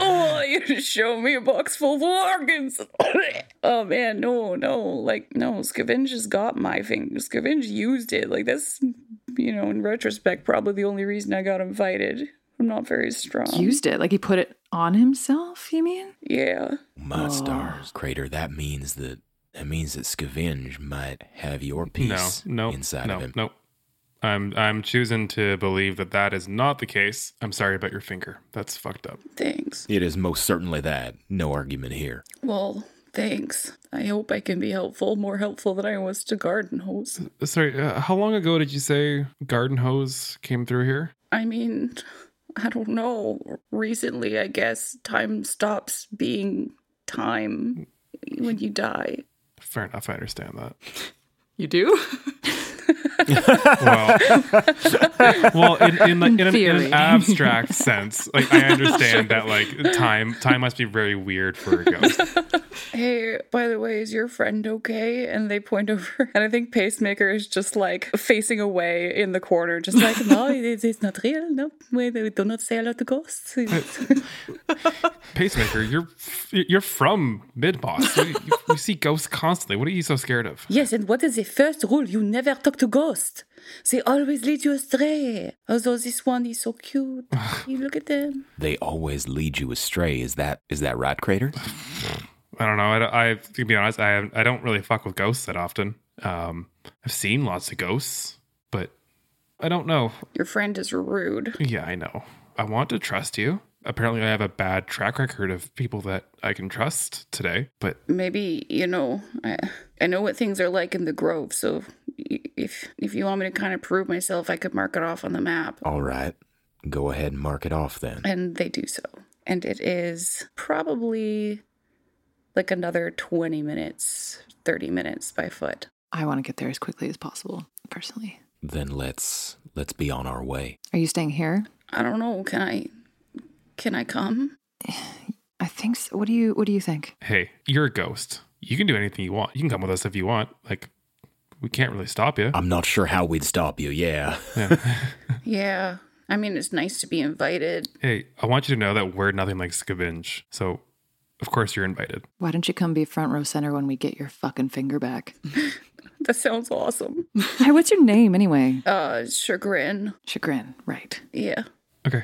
[SPEAKER 4] oh, you
[SPEAKER 8] [LAUGHS]
[SPEAKER 4] just show me a box full of
[SPEAKER 8] [COUGHS]
[SPEAKER 4] organs. oh man, no, no. Like, no, Scavenge has got my finger. Scavenge used it. Like, that's, you know, in retrospect, probably the only reason I got invited. I'm not very strong.
[SPEAKER 2] Used it. Like he put it on himself, you mean?
[SPEAKER 4] yeah.
[SPEAKER 9] My stars, Crater. That means that that means that Scavenge might have your
[SPEAKER 7] no,
[SPEAKER 9] piece
[SPEAKER 7] no,
[SPEAKER 9] inside
[SPEAKER 7] no,
[SPEAKER 9] of him.
[SPEAKER 7] no. I'm I'm choosing to believe that that is not the case. I'm sorry about your finger. That's fucked up.
[SPEAKER 4] Thanks.
[SPEAKER 9] It is most certainly that. No argument here.
[SPEAKER 4] Well, thanks. I hope I can be helpful, more helpful than I was to Garden Hose.
[SPEAKER 7] Sorry. Uh, how long ago did you say Garden Hose came through here?
[SPEAKER 4] I mean,
[SPEAKER 8] I don't know, recently, I guess, time stops being time when you die.
[SPEAKER 7] Fair enough. I understand that.
[SPEAKER 11] You do? [LAUGHS]
[SPEAKER 7] well, well in, in, like, in, an, in an
[SPEAKER 8] [LAUGHS]
[SPEAKER 7] abstract sense, like I understand that like time time must be very weird for a ghost.
[SPEAKER 8] hey, by the way, is your friend okay? And they point [LAUGHS] over, and I think Pacemaker is just like facing away in the corner, just like, no, it, it's not real. No, we, we do not say hello to ghosts.
[SPEAKER 7] Pacemaker, you're you're from mid boss. You, you- you see ghosts constantly. What are you so scared of?
[SPEAKER 4] Yes, and what is the first rule? You never talk to ghosts. They always lead you astray. Although this one is so cute. you look at them.
[SPEAKER 12] They always lead you astray. Is that is that right, Crater?
[SPEAKER 7] I don't know. I, I to be honest, I haven't- I don't really fuck with ghosts that often. Um, I've seen lots of ghosts, but I don't know.
[SPEAKER 8] Your friend is rude.
[SPEAKER 7] Yeah, I know. I want to trust you. Apparently, I have a bad track record of people that I can trust today. But
[SPEAKER 8] Maybe you know, I I know what things are like in the Grove. So i- if if you want me to kind of prove myself, I could mark it off on the map.
[SPEAKER 12] All right. Go ahead and mark it off then.
[SPEAKER 8] And they do so. And it is probably like another 20 minutes, 30 minutes by foot.
[SPEAKER 2] [LAUGHS] I want to get there as quickly as possible, personally.
[SPEAKER 12] Then let's let's be on our way.
[SPEAKER 2] Are you staying here?
[SPEAKER 8] I don't know. Can I can I come?
[SPEAKER 2] I think so. What do you What do you think?
[SPEAKER 7] hey, you're a ghost. You can do anything you want. You can come with us if you want. Like, we can't really stop you.
[SPEAKER 12] I'm not sure how we'd stop you. Yeah.
[SPEAKER 8] Yeah. I mean, it's nice to be invited. [LAUGHS]
[SPEAKER 7] hey, I want you to know that we're nothing like Scavenge. So, of course, you're invited.
[SPEAKER 2] Why don't you come be front row center when we get your fucking
[SPEAKER 11] [LAUGHS]
[SPEAKER 2] finger back?
[SPEAKER 8] That sounds awesome.
[SPEAKER 2] hey, what's your name anyway?
[SPEAKER 8] Uh, chagrin.
[SPEAKER 2] Chagrin, right.
[SPEAKER 8] Yeah.
[SPEAKER 7] Okay.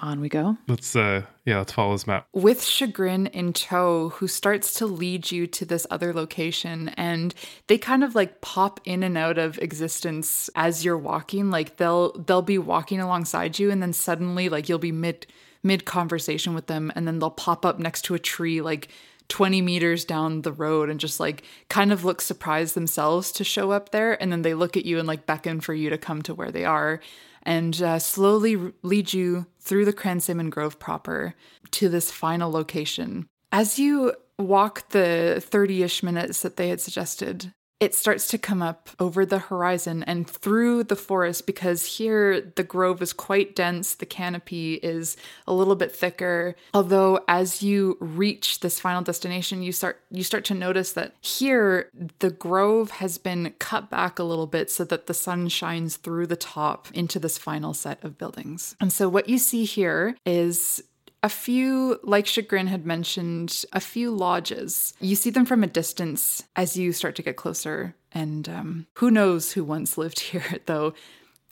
[SPEAKER 2] On we go.
[SPEAKER 7] Let's uh, yeah, let's follow this map.
[SPEAKER 3] with chagrin in tow who starts to lead you to this other location and they kind of like pop in and out of existence as you're walking like they'll they'll be walking alongside you and then suddenly like you'll be mid mid conversation with them and then they'll pop up next to a tree like 20 meters down the road and just like kind of look surprised themselves to show up there and then they look at you and like beckon for you to come to where they are and uh, slowly r- lead you through the Cransimon Grove proper to this final location. As you walk the 30 ish minutes that they had suggested, it starts to come up over the horizon and through the forest because here the grove is quite dense, the canopy is a little bit thicker. Although as you reach this final destination, you start you start to notice that here the grove has been cut back a little bit so that the sun shines through the top into this final set of buildings. And so what you see here is a few, like Chagrin had mentioned, a few lodges. You see them from a distance as you start to get closer. And um, who knows who once lived [LAUGHS] here, though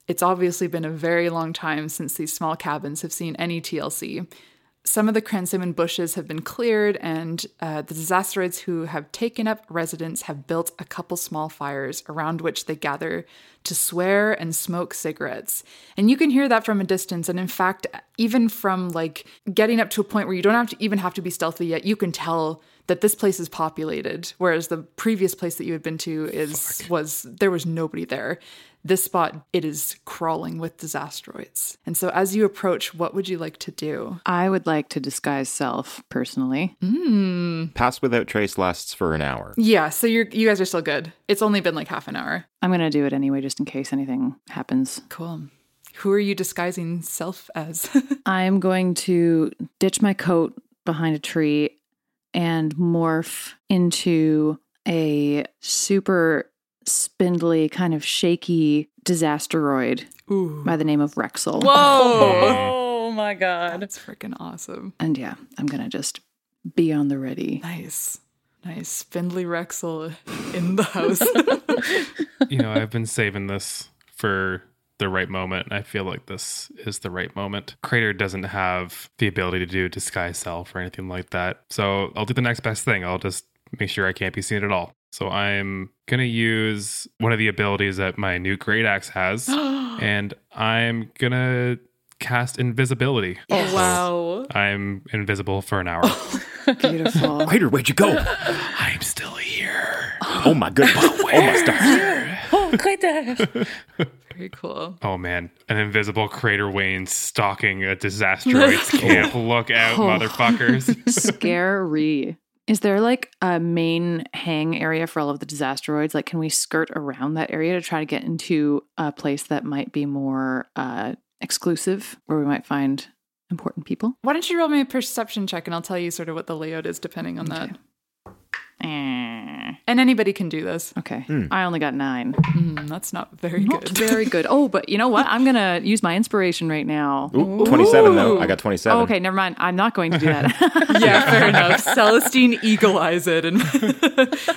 [SPEAKER 3] it's obviously been a very long time since these small cabins have seen any TLC. Some of the Cransimon bushes have been cleared, and uh, the disasterids who have taken up residence have built a couple small fires around which they gather to swear and smoke cigarettes. And you can hear that from a distance. And in fact, even from like getting up to a point where you don't have to even have to be stealthy yet, you can tell that this place is populated. Whereas the previous place that you had been to is was there was nobody there. This spot it is crawling with disastroids. And so as you approach, what would you like to do?
[SPEAKER 2] I would like to disguise self personally.
[SPEAKER 11] Mm.
[SPEAKER 3] Hmm.
[SPEAKER 9] Pass without trace lasts for an hour.
[SPEAKER 3] Yeah, so you're you guys are still good. It's only been like half an hour.
[SPEAKER 2] I'm gonna do it anyway, just in case anything happens.
[SPEAKER 3] Cool. Who are you disguising self as? [LAUGHS]
[SPEAKER 2] I'm going to ditch my coat behind a tree and morph into a super spindly, kind of shaky disasteroid by the name of Rexel.
[SPEAKER 8] Whoa! Oh my god.
[SPEAKER 3] That's freaking awesome.
[SPEAKER 2] And yeah, I'm gonna just be on the ready.
[SPEAKER 3] Nice. Nice. Spindly Rexel in the [LAUGHS] house.
[SPEAKER 7] You know, I've been saving this for the right moment, and I feel like this is the right moment. Crater doesn't have the ability to do disguise self or anything like that, so I'll do the next best thing. I'll just make sure I can't be seen at all. So I'm gonna use one of the abilities that my new great axe has, and I'm gonna cast invisibility.
[SPEAKER 8] Oh, wow.
[SPEAKER 7] I'm invisible for an hour.
[SPEAKER 9] [LAUGHS]
[SPEAKER 2] Beautiful.
[SPEAKER 12] Crater, where'd you go?
[SPEAKER 7] [LAUGHS] I'm still here. [LAUGHS]
[SPEAKER 12] Oh my goodness. Oh my star.
[SPEAKER 8] Oh, Greta!
[SPEAKER 11] Very cool.
[SPEAKER 7] Oh man, an invisible crater Wayne stalking a disasteroids camp. Look out,
[SPEAKER 2] Oh.
[SPEAKER 7] motherfuckers.
[SPEAKER 2] Scary. Is there like a main hang area for all of the disasteroids? Like, can we skirt around that area to try to get into a place that might be more uh, exclusive where we might find important people?
[SPEAKER 3] Why don't you roll me a perception check and I'll tell you sort of what the layout is depending on that.
[SPEAKER 2] Eh.
[SPEAKER 3] And anybody can do this.
[SPEAKER 2] Okay. I only got nine.
[SPEAKER 3] Mm, that's not very
[SPEAKER 2] Not
[SPEAKER 3] good.
[SPEAKER 2] very good. [LAUGHS] Oh, but you know what? I'm going to use my inspiration right now.
[SPEAKER 9] Ooh, 27 though. I
[SPEAKER 2] Ooh.
[SPEAKER 9] got 27.
[SPEAKER 2] Oh, okay, never mind. I'm not going to do that.
[SPEAKER 3] yeah, fair enough. Celestine eagle eyes it and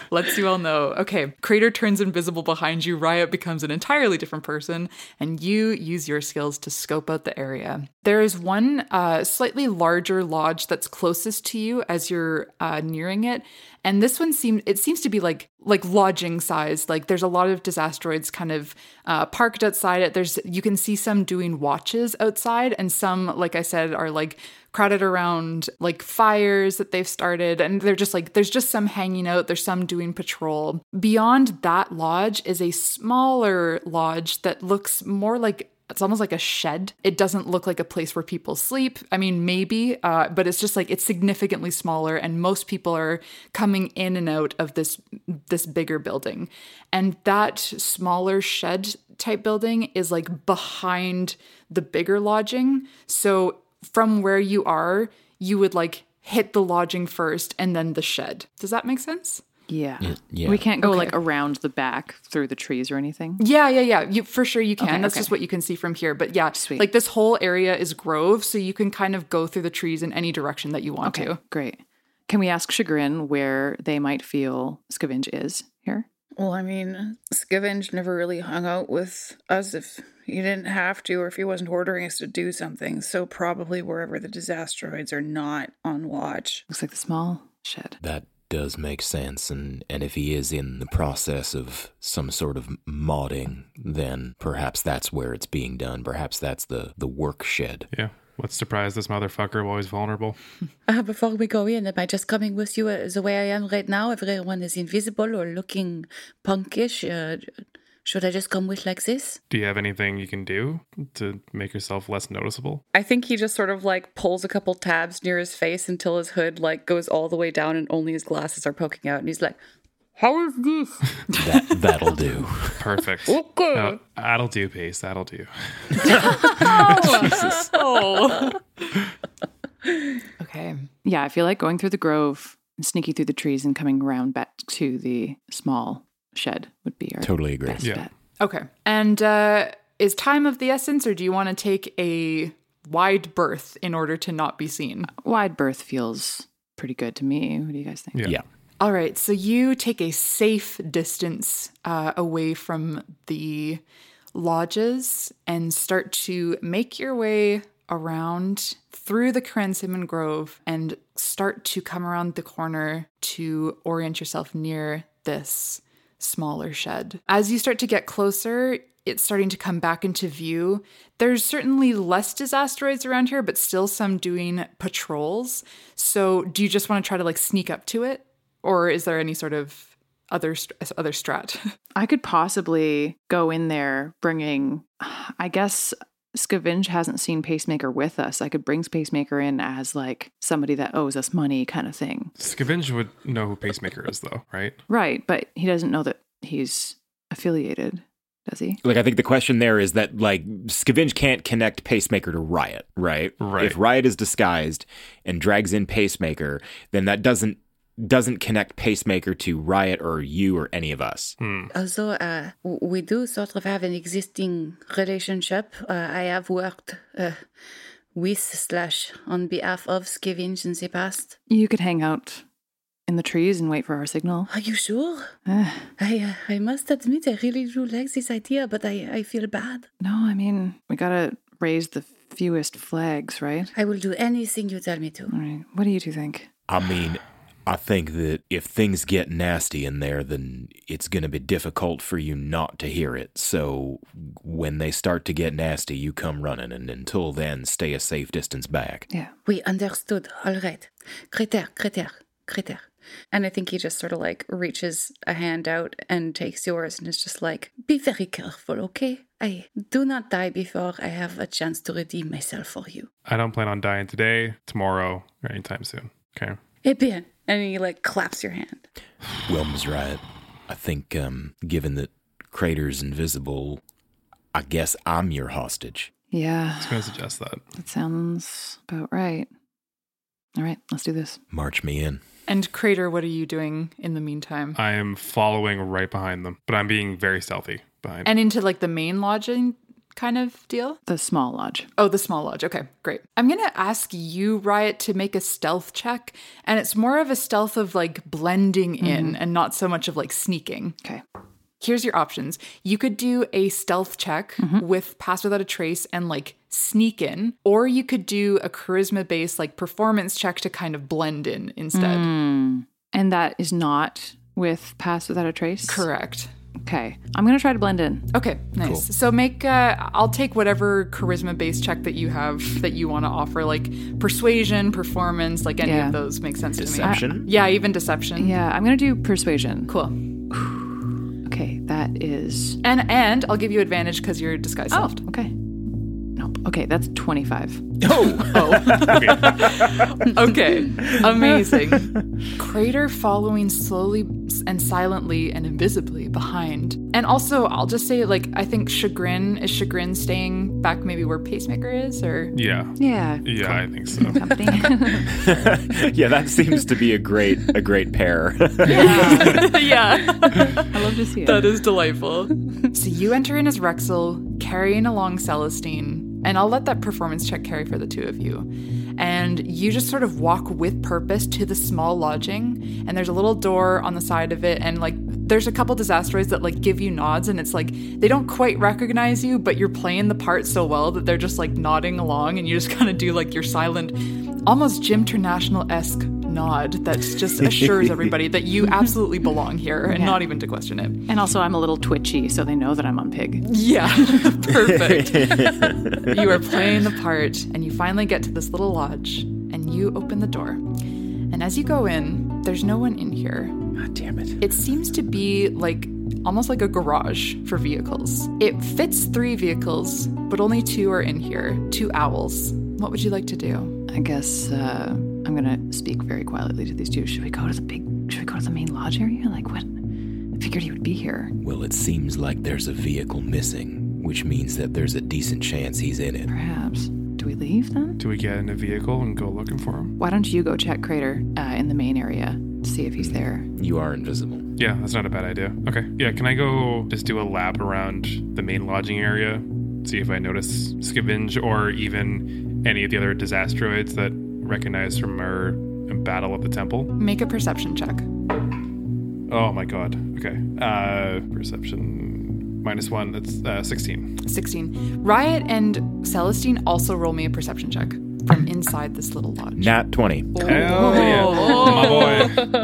[SPEAKER 3] [LAUGHS] lets you all know. Okay, Crater turns invisible behind you. Riot becomes an entirely different person, and you use your skills to scope out the area. There is one uh, slightly larger lodge that's closest to you as you're uh, nearing it, and this one seemed it seems to be like like lodging size. Like there's a lot of disasteroids kind of uh, parked outside it. There's you can see some doing watches outside, and some like I said are like crowded around like fires that they've started and they're just like there's just some hanging out there's some doing patrol beyond that lodge is a smaller lodge that looks more like it's almost like a shed it doesn't look like a place where people sleep i mean maybe uh, but it's just like it's significantly smaller and most people are coming in and out of this this bigger building and that smaller shed type building is like behind the bigger lodging so from where you are, you would like hit the lodging first and then the shed. Does that make sense?
[SPEAKER 2] [LAUGHS] yeah.
[SPEAKER 12] yeah.
[SPEAKER 2] We can't go like around the back through the trees or anything.
[SPEAKER 3] Yeah, yeah, yeah. You for sure you can.
[SPEAKER 2] Okay,
[SPEAKER 3] That's
[SPEAKER 2] okay.
[SPEAKER 3] just what you can see from here. But yeah, like this whole area is grove, so you can kind of go through the trees in any direction that you want
[SPEAKER 2] Okay,
[SPEAKER 3] to.
[SPEAKER 2] great. Can we ask Chagrin where they might feel Scavenge is here?
[SPEAKER 8] Well, I mean, Scavenge never really hung out with us if he didn't have to or if he wasn't ordering us to do something. So, probably wherever the disasteroids are not on watch.
[SPEAKER 2] Looks like the small shed.
[SPEAKER 12] That does make sense. And, and if he is in the process of some sort of modding, then perhaps that's where it's being done. Perhaps that's the, the work shed.
[SPEAKER 7] Yeah. Let's surprise this motherfucker while he's vulnerable.
[SPEAKER 4] Uh, before we go in, am I just coming with you uh, the way I am right now? Everyone is invisible or looking punkish. Uh, should I just come with like this?
[SPEAKER 7] Do you have anything you can do to make yourself less noticeable?
[SPEAKER 8] I think he just sort of like pulls a couple tabs near his face until his hood like goes all the way down and only his glasses are poking out. And he's like, How is this?
[SPEAKER 12] [LAUGHS] That, that'll do.
[SPEAKER 7] Perfect.
[SPEAKER 8] Okay.
[SPEAKER 7] No, that'll do, Pace. That'll do.
[SPEAKER 3] Oh. okay.
[SPEAKER 2] Yeah, I feel like going through the grove and sneaking through the trees and coming around back to the small shed would be our
[SPEAKER 12] Totally agree.
[SPEAKER 2] best
[SPEAKER 12] Yeah.
[SPEAKER 2] bet.
[SPEAKER 3] Okay. And uh is time of the essence or do you want to take a wide berth in order to not be seen?
[SPEAKER 2] Wide berth feels pretty good to me. What do you guys think?
[SPEAKER 12] Yeah.
[SPEAKER 3] All right, so you take a safe distance uh, away from the lodges and start to make your way around through the Cransimon Grove and start to come around the corner to orient yourself near this smaller shed. As you start to get closer, it's starting to come back into view. There's certainly less disasteroids around here, but still some doing patrols. So, do you just want to try to like sneak up to it? or is there any sort of other st- other strat? [LAUGHS]
[SPEAKER 2] I could possibly go in there bringing, I guess Scavenge hasn't seen Pacemaker with us. I could bring Pacemaker in as like somebody that owes us money kind of thing.
[SPEAKER 7] Scavenge would know who Pacemaker is, though, right?
[SPEAKER 2] Right, but he doesn't know that he's affiliated, does he?
[SPEAKER 9] Like I think the question there is that like Scavenge can't connect Pacemaker to Riot, right?
[SPEAKER 7] Right.
[SPEAKER 9] If Riot is disguised and drags in Pacemaker, then that doesn't doesn't connect Pacemaker to Riot or you or any of us.
[SPEAKER 4] Although uh, w- we do sort of have an existing relationship, uh, I have worked uh, with slash on behalf of Scavenge in the past.
[SPEAKER 2] You could hang out in the trees and wait for our signal.
[SPEAKER 4] Are you sure?
[SPEAKER 2] Eh,
[SPEAKER 4] I uh, I must admit, I really do like this idea, but I, I feel bad.
[SPEAKER 2] no, I mean, we gotta raise the fewest flags, right?
[SPEAKER 4] I will do anything you tell me to.
[SPEAKER 2] All right, what do you two think?
[SPEAKER 12] I mean, I think that if things get nasty in there, then it's going to be difficult for you not to hear it. So when they start to get nasty, you come running, and until then, stay a safe distance back.
[SPEAKER 2] Yeah.
[SPEAKER 4] We understood. All right. Critère, critère, critère.
[SPEAKER 8] And I think he just sort of like reaches a hand out and takes yours and is just like, Be very careful, okay?
[SPEAKER 4] I do not die before I have a chance to redeem myself for you.
[SPEAKER 7] I don't plan on dying today, tomorrow, or anytime soon. Okay.
[SPEAKER 4] Eh bien. And he like claps your hand.
[SPEAKER 12] Well, Ms. Riot, I think um, given that Crater's invisible, I guess I'm your hostage.
[SPEAKER 2] Yeah.
[SPEAKER 7] I was going to suggest that.
[SPEAKER 2] That sounds about right. All right, let's do this.
[SPEAKER 12] March me in.
[SPEAKER 3] And Crater, what are you doing in the meantime?
[SPEAKER 7] I am following right behind them, but I'm being very stealthy behind.
[SPEAKER 3] And into like the main lodging kind of deal?
[SPEAKER 2] The small lodge.
[SPEAKER 3] Oh, the small lodge. Okay, great. I'm going to ask you, Riot, to make a stealth check. And it's more of a stealth of like blending in and not so much of like sneaking.
[SPEAKER 2] Okay.
[SPEAKER 3] Here's your options you could do a stealth check with Pass Without a Trace and like sneak in, or you could do a charisma based like performance check to kind of blend in instead.
[SPEAKER 2] Mm. And that is not with Pass Without a Trace?
[SPEAKER 3] Correct.
[SPEAKER 2] Okay. I'm going to try to blend in.
[SPEAKER 3] Okay, nice.
[SPEAKER 2] Cool.
[SPEAKER 3] So make uh, I'll take whatever charisma based check that you have that you want to offer, like persuasion, performance, like any
[SPEAKER 2] Yeah.
[SPEAKER 3] of those makes sense to me. Uh,
[SPEAKER 2] Deception?
[SPEAKER 3] yeah, even deception.
[SPEAKER 2] Yeah, I'm going to do persuasion.
[SPEAKER 3] Cool.
[SPEAKER 2] Okay, that is.
[SPEAKER 3] And and I'll give you advantage because you're disguised.
[SPEAKER 2] Oh, okay. Nope. Okay, that's 25. [LAUGHS]
[SPEAKER 3] okay, amazing. Crater following slowly and silently and invisibly behind. And also, I'll just say, like, I think Chagrin is Chagrin staying back maybe where Pacemaker is, or
[SPEAKER 7] Yeah.
[SPEAKER 2] [LAUGHS] Yeah.
[SPEAKER 7] Yeah, I think so.
[SPEAKER 9] [LAUGHS] yeah, that seems to be a great a
[SPEAKER 12] [LAUGHS]
[SPEAKER 9] great pair.
[SPEAKER 3] yeah.
[SPEAKER 2] I love to see it.
[SPEAKER 3] is delightful. so you enter in as Rexel, carrying along Celestine, and I'll let that performance check carry for the two of you. And you just sort of walk with purpose to the small lodging, and there's a little door on the side of it, and like there's a couple disasteroids that like give you nods, and it's like they don't quite recognize you, but you're playing the part so well that they're just like nodding along, and you just [LAUGHS] kind of do like your silent, almost Jim International esque nod that just assures everybody that you absolutely belong here and
[SPEAKER 2] Yeah.
[SPEAKER 3] not even to question it.
[SPEAKER 2] [LAUGHS] And also, I'm a little twitchy, so they know that I'm on pig.
[SPEAKER 3] Yeah, [LAUGHS] perfect. you are playing the part, and you finally get to this little lodge, and you open the door. And as you go in, there's no one in here.
[SPEAKER 9] God damn it.
[SPEAKER 3] It seems to be like almost like a garage for vehicles. It fits three vehicles, but only two are in here two owls. What would you like to do?
[SPEAKER 2] I guess uh, I'm going to speak very quietly to these two. Should we go to the big. Should we go to the main lodge area? Like, what? I figured he would be here.
[SPEAKER 12] Well, it seems like there's a vehicle missing, which means that there's a decent chance he's in it.
[SPEAKER 2] Perhaps. Do we leave then?
[SPEAKER 7] Do we get in a vehicle and go looking for him?
[SPEAKER 2] Why don't you go check Crater uh, in the main area to see if he's there?
[SPEAKER 12] You are invisible.
[SPEAKER 7] Yeah, that's not a bad idea. Okay. Yeah, can I go just do a lap around the main lodging area? See if I notice Scavenge or even any of the other disasteroids that recognize from our battle at the temple.
[SPEAKER 3] Make a perception check.
[SPEAKER 7] Oh my god. Okay. Uh perception minus one. That's uh sixteen.
[SPEAKER 3] 16. Riot and Celestine also roll me a perception check from inside this little lodge.
[SPEAKER 9] Nat 20.
[SPEAKER 7] Hell yeah. My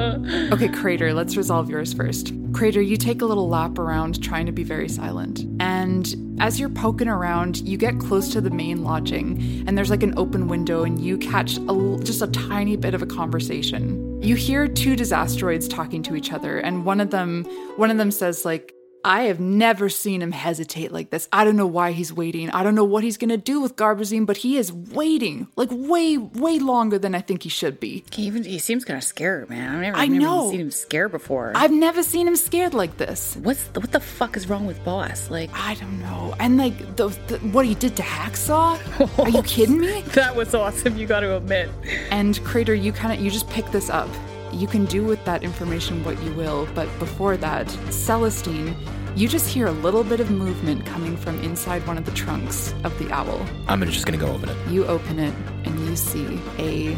[SPEAKER 7] boy.
[SPEAKER 3] Okay, Crater, let's resolve yours first. Crater, you take a little lap around trying to be very silent. And as you're poking around, you get close to the main lodging, and there's like an open window, and you catch a, l- just a tiny bit of a conversation. You hear two disasteroids talking to each other, and one of them, one of them says like, I have never seen him hesitate like this. I don't know why he's waiting. I don't know what he's gonna do with Garbazine, but he is waiting like way, way longer than I think he should be.
[SPEAKER 8] He even he seems kind of scared, man. I've never,
[SPEAKER 3] I
[SPEAKER 8] I've never
[SPEAKER 3] know.
[SPEAKER 8] seen him scared before.
[SPEAKER 3] I've never seen him scared like this.
[SPEAKER 8] What's what the fuck is wrong with Boss? Like
[SPEAKER 3] I don't know. And like the, the what he did to Hacksaw? Are you kidding me?
[SPEAKER 8] that was awesome. You got to admit.
[SPEAKER 3] And Crater, you kind of you just pick this up. You can do with that information what you will, but before that, Celestine, you just hear a little bit of movement coming from inside one of the trunks of the owl.
[SPEAKER 12] I'm just gonna go open it.
[SPEAKER 3] You open it and you see a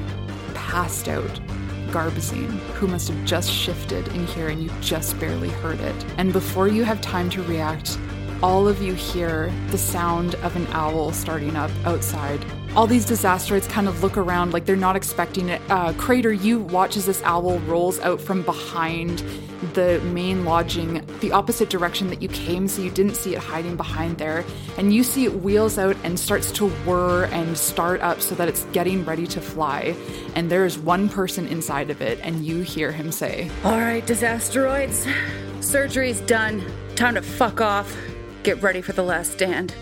[SPEAKER 3] passed out Garbazine who must have just shifted in here and you just barely heard it. And before you have time to react, all of you hear the sound of an owl starting up outside. All these disasteroids kind of look around like they're not expecting it. Uh, Crater, you watch as this owl rolls out from behind the main lodging, the opposite direction that you came, so you didn't see it hiding behind there. And you see it wheels out and starts to whir and start up so that it's getting ready to fly. And there is one person inside of it, and you hear him say,
[SPEAKER 8] All right, disasteroids. Surgery's done. Time to fuck off. Get ready for the last stand.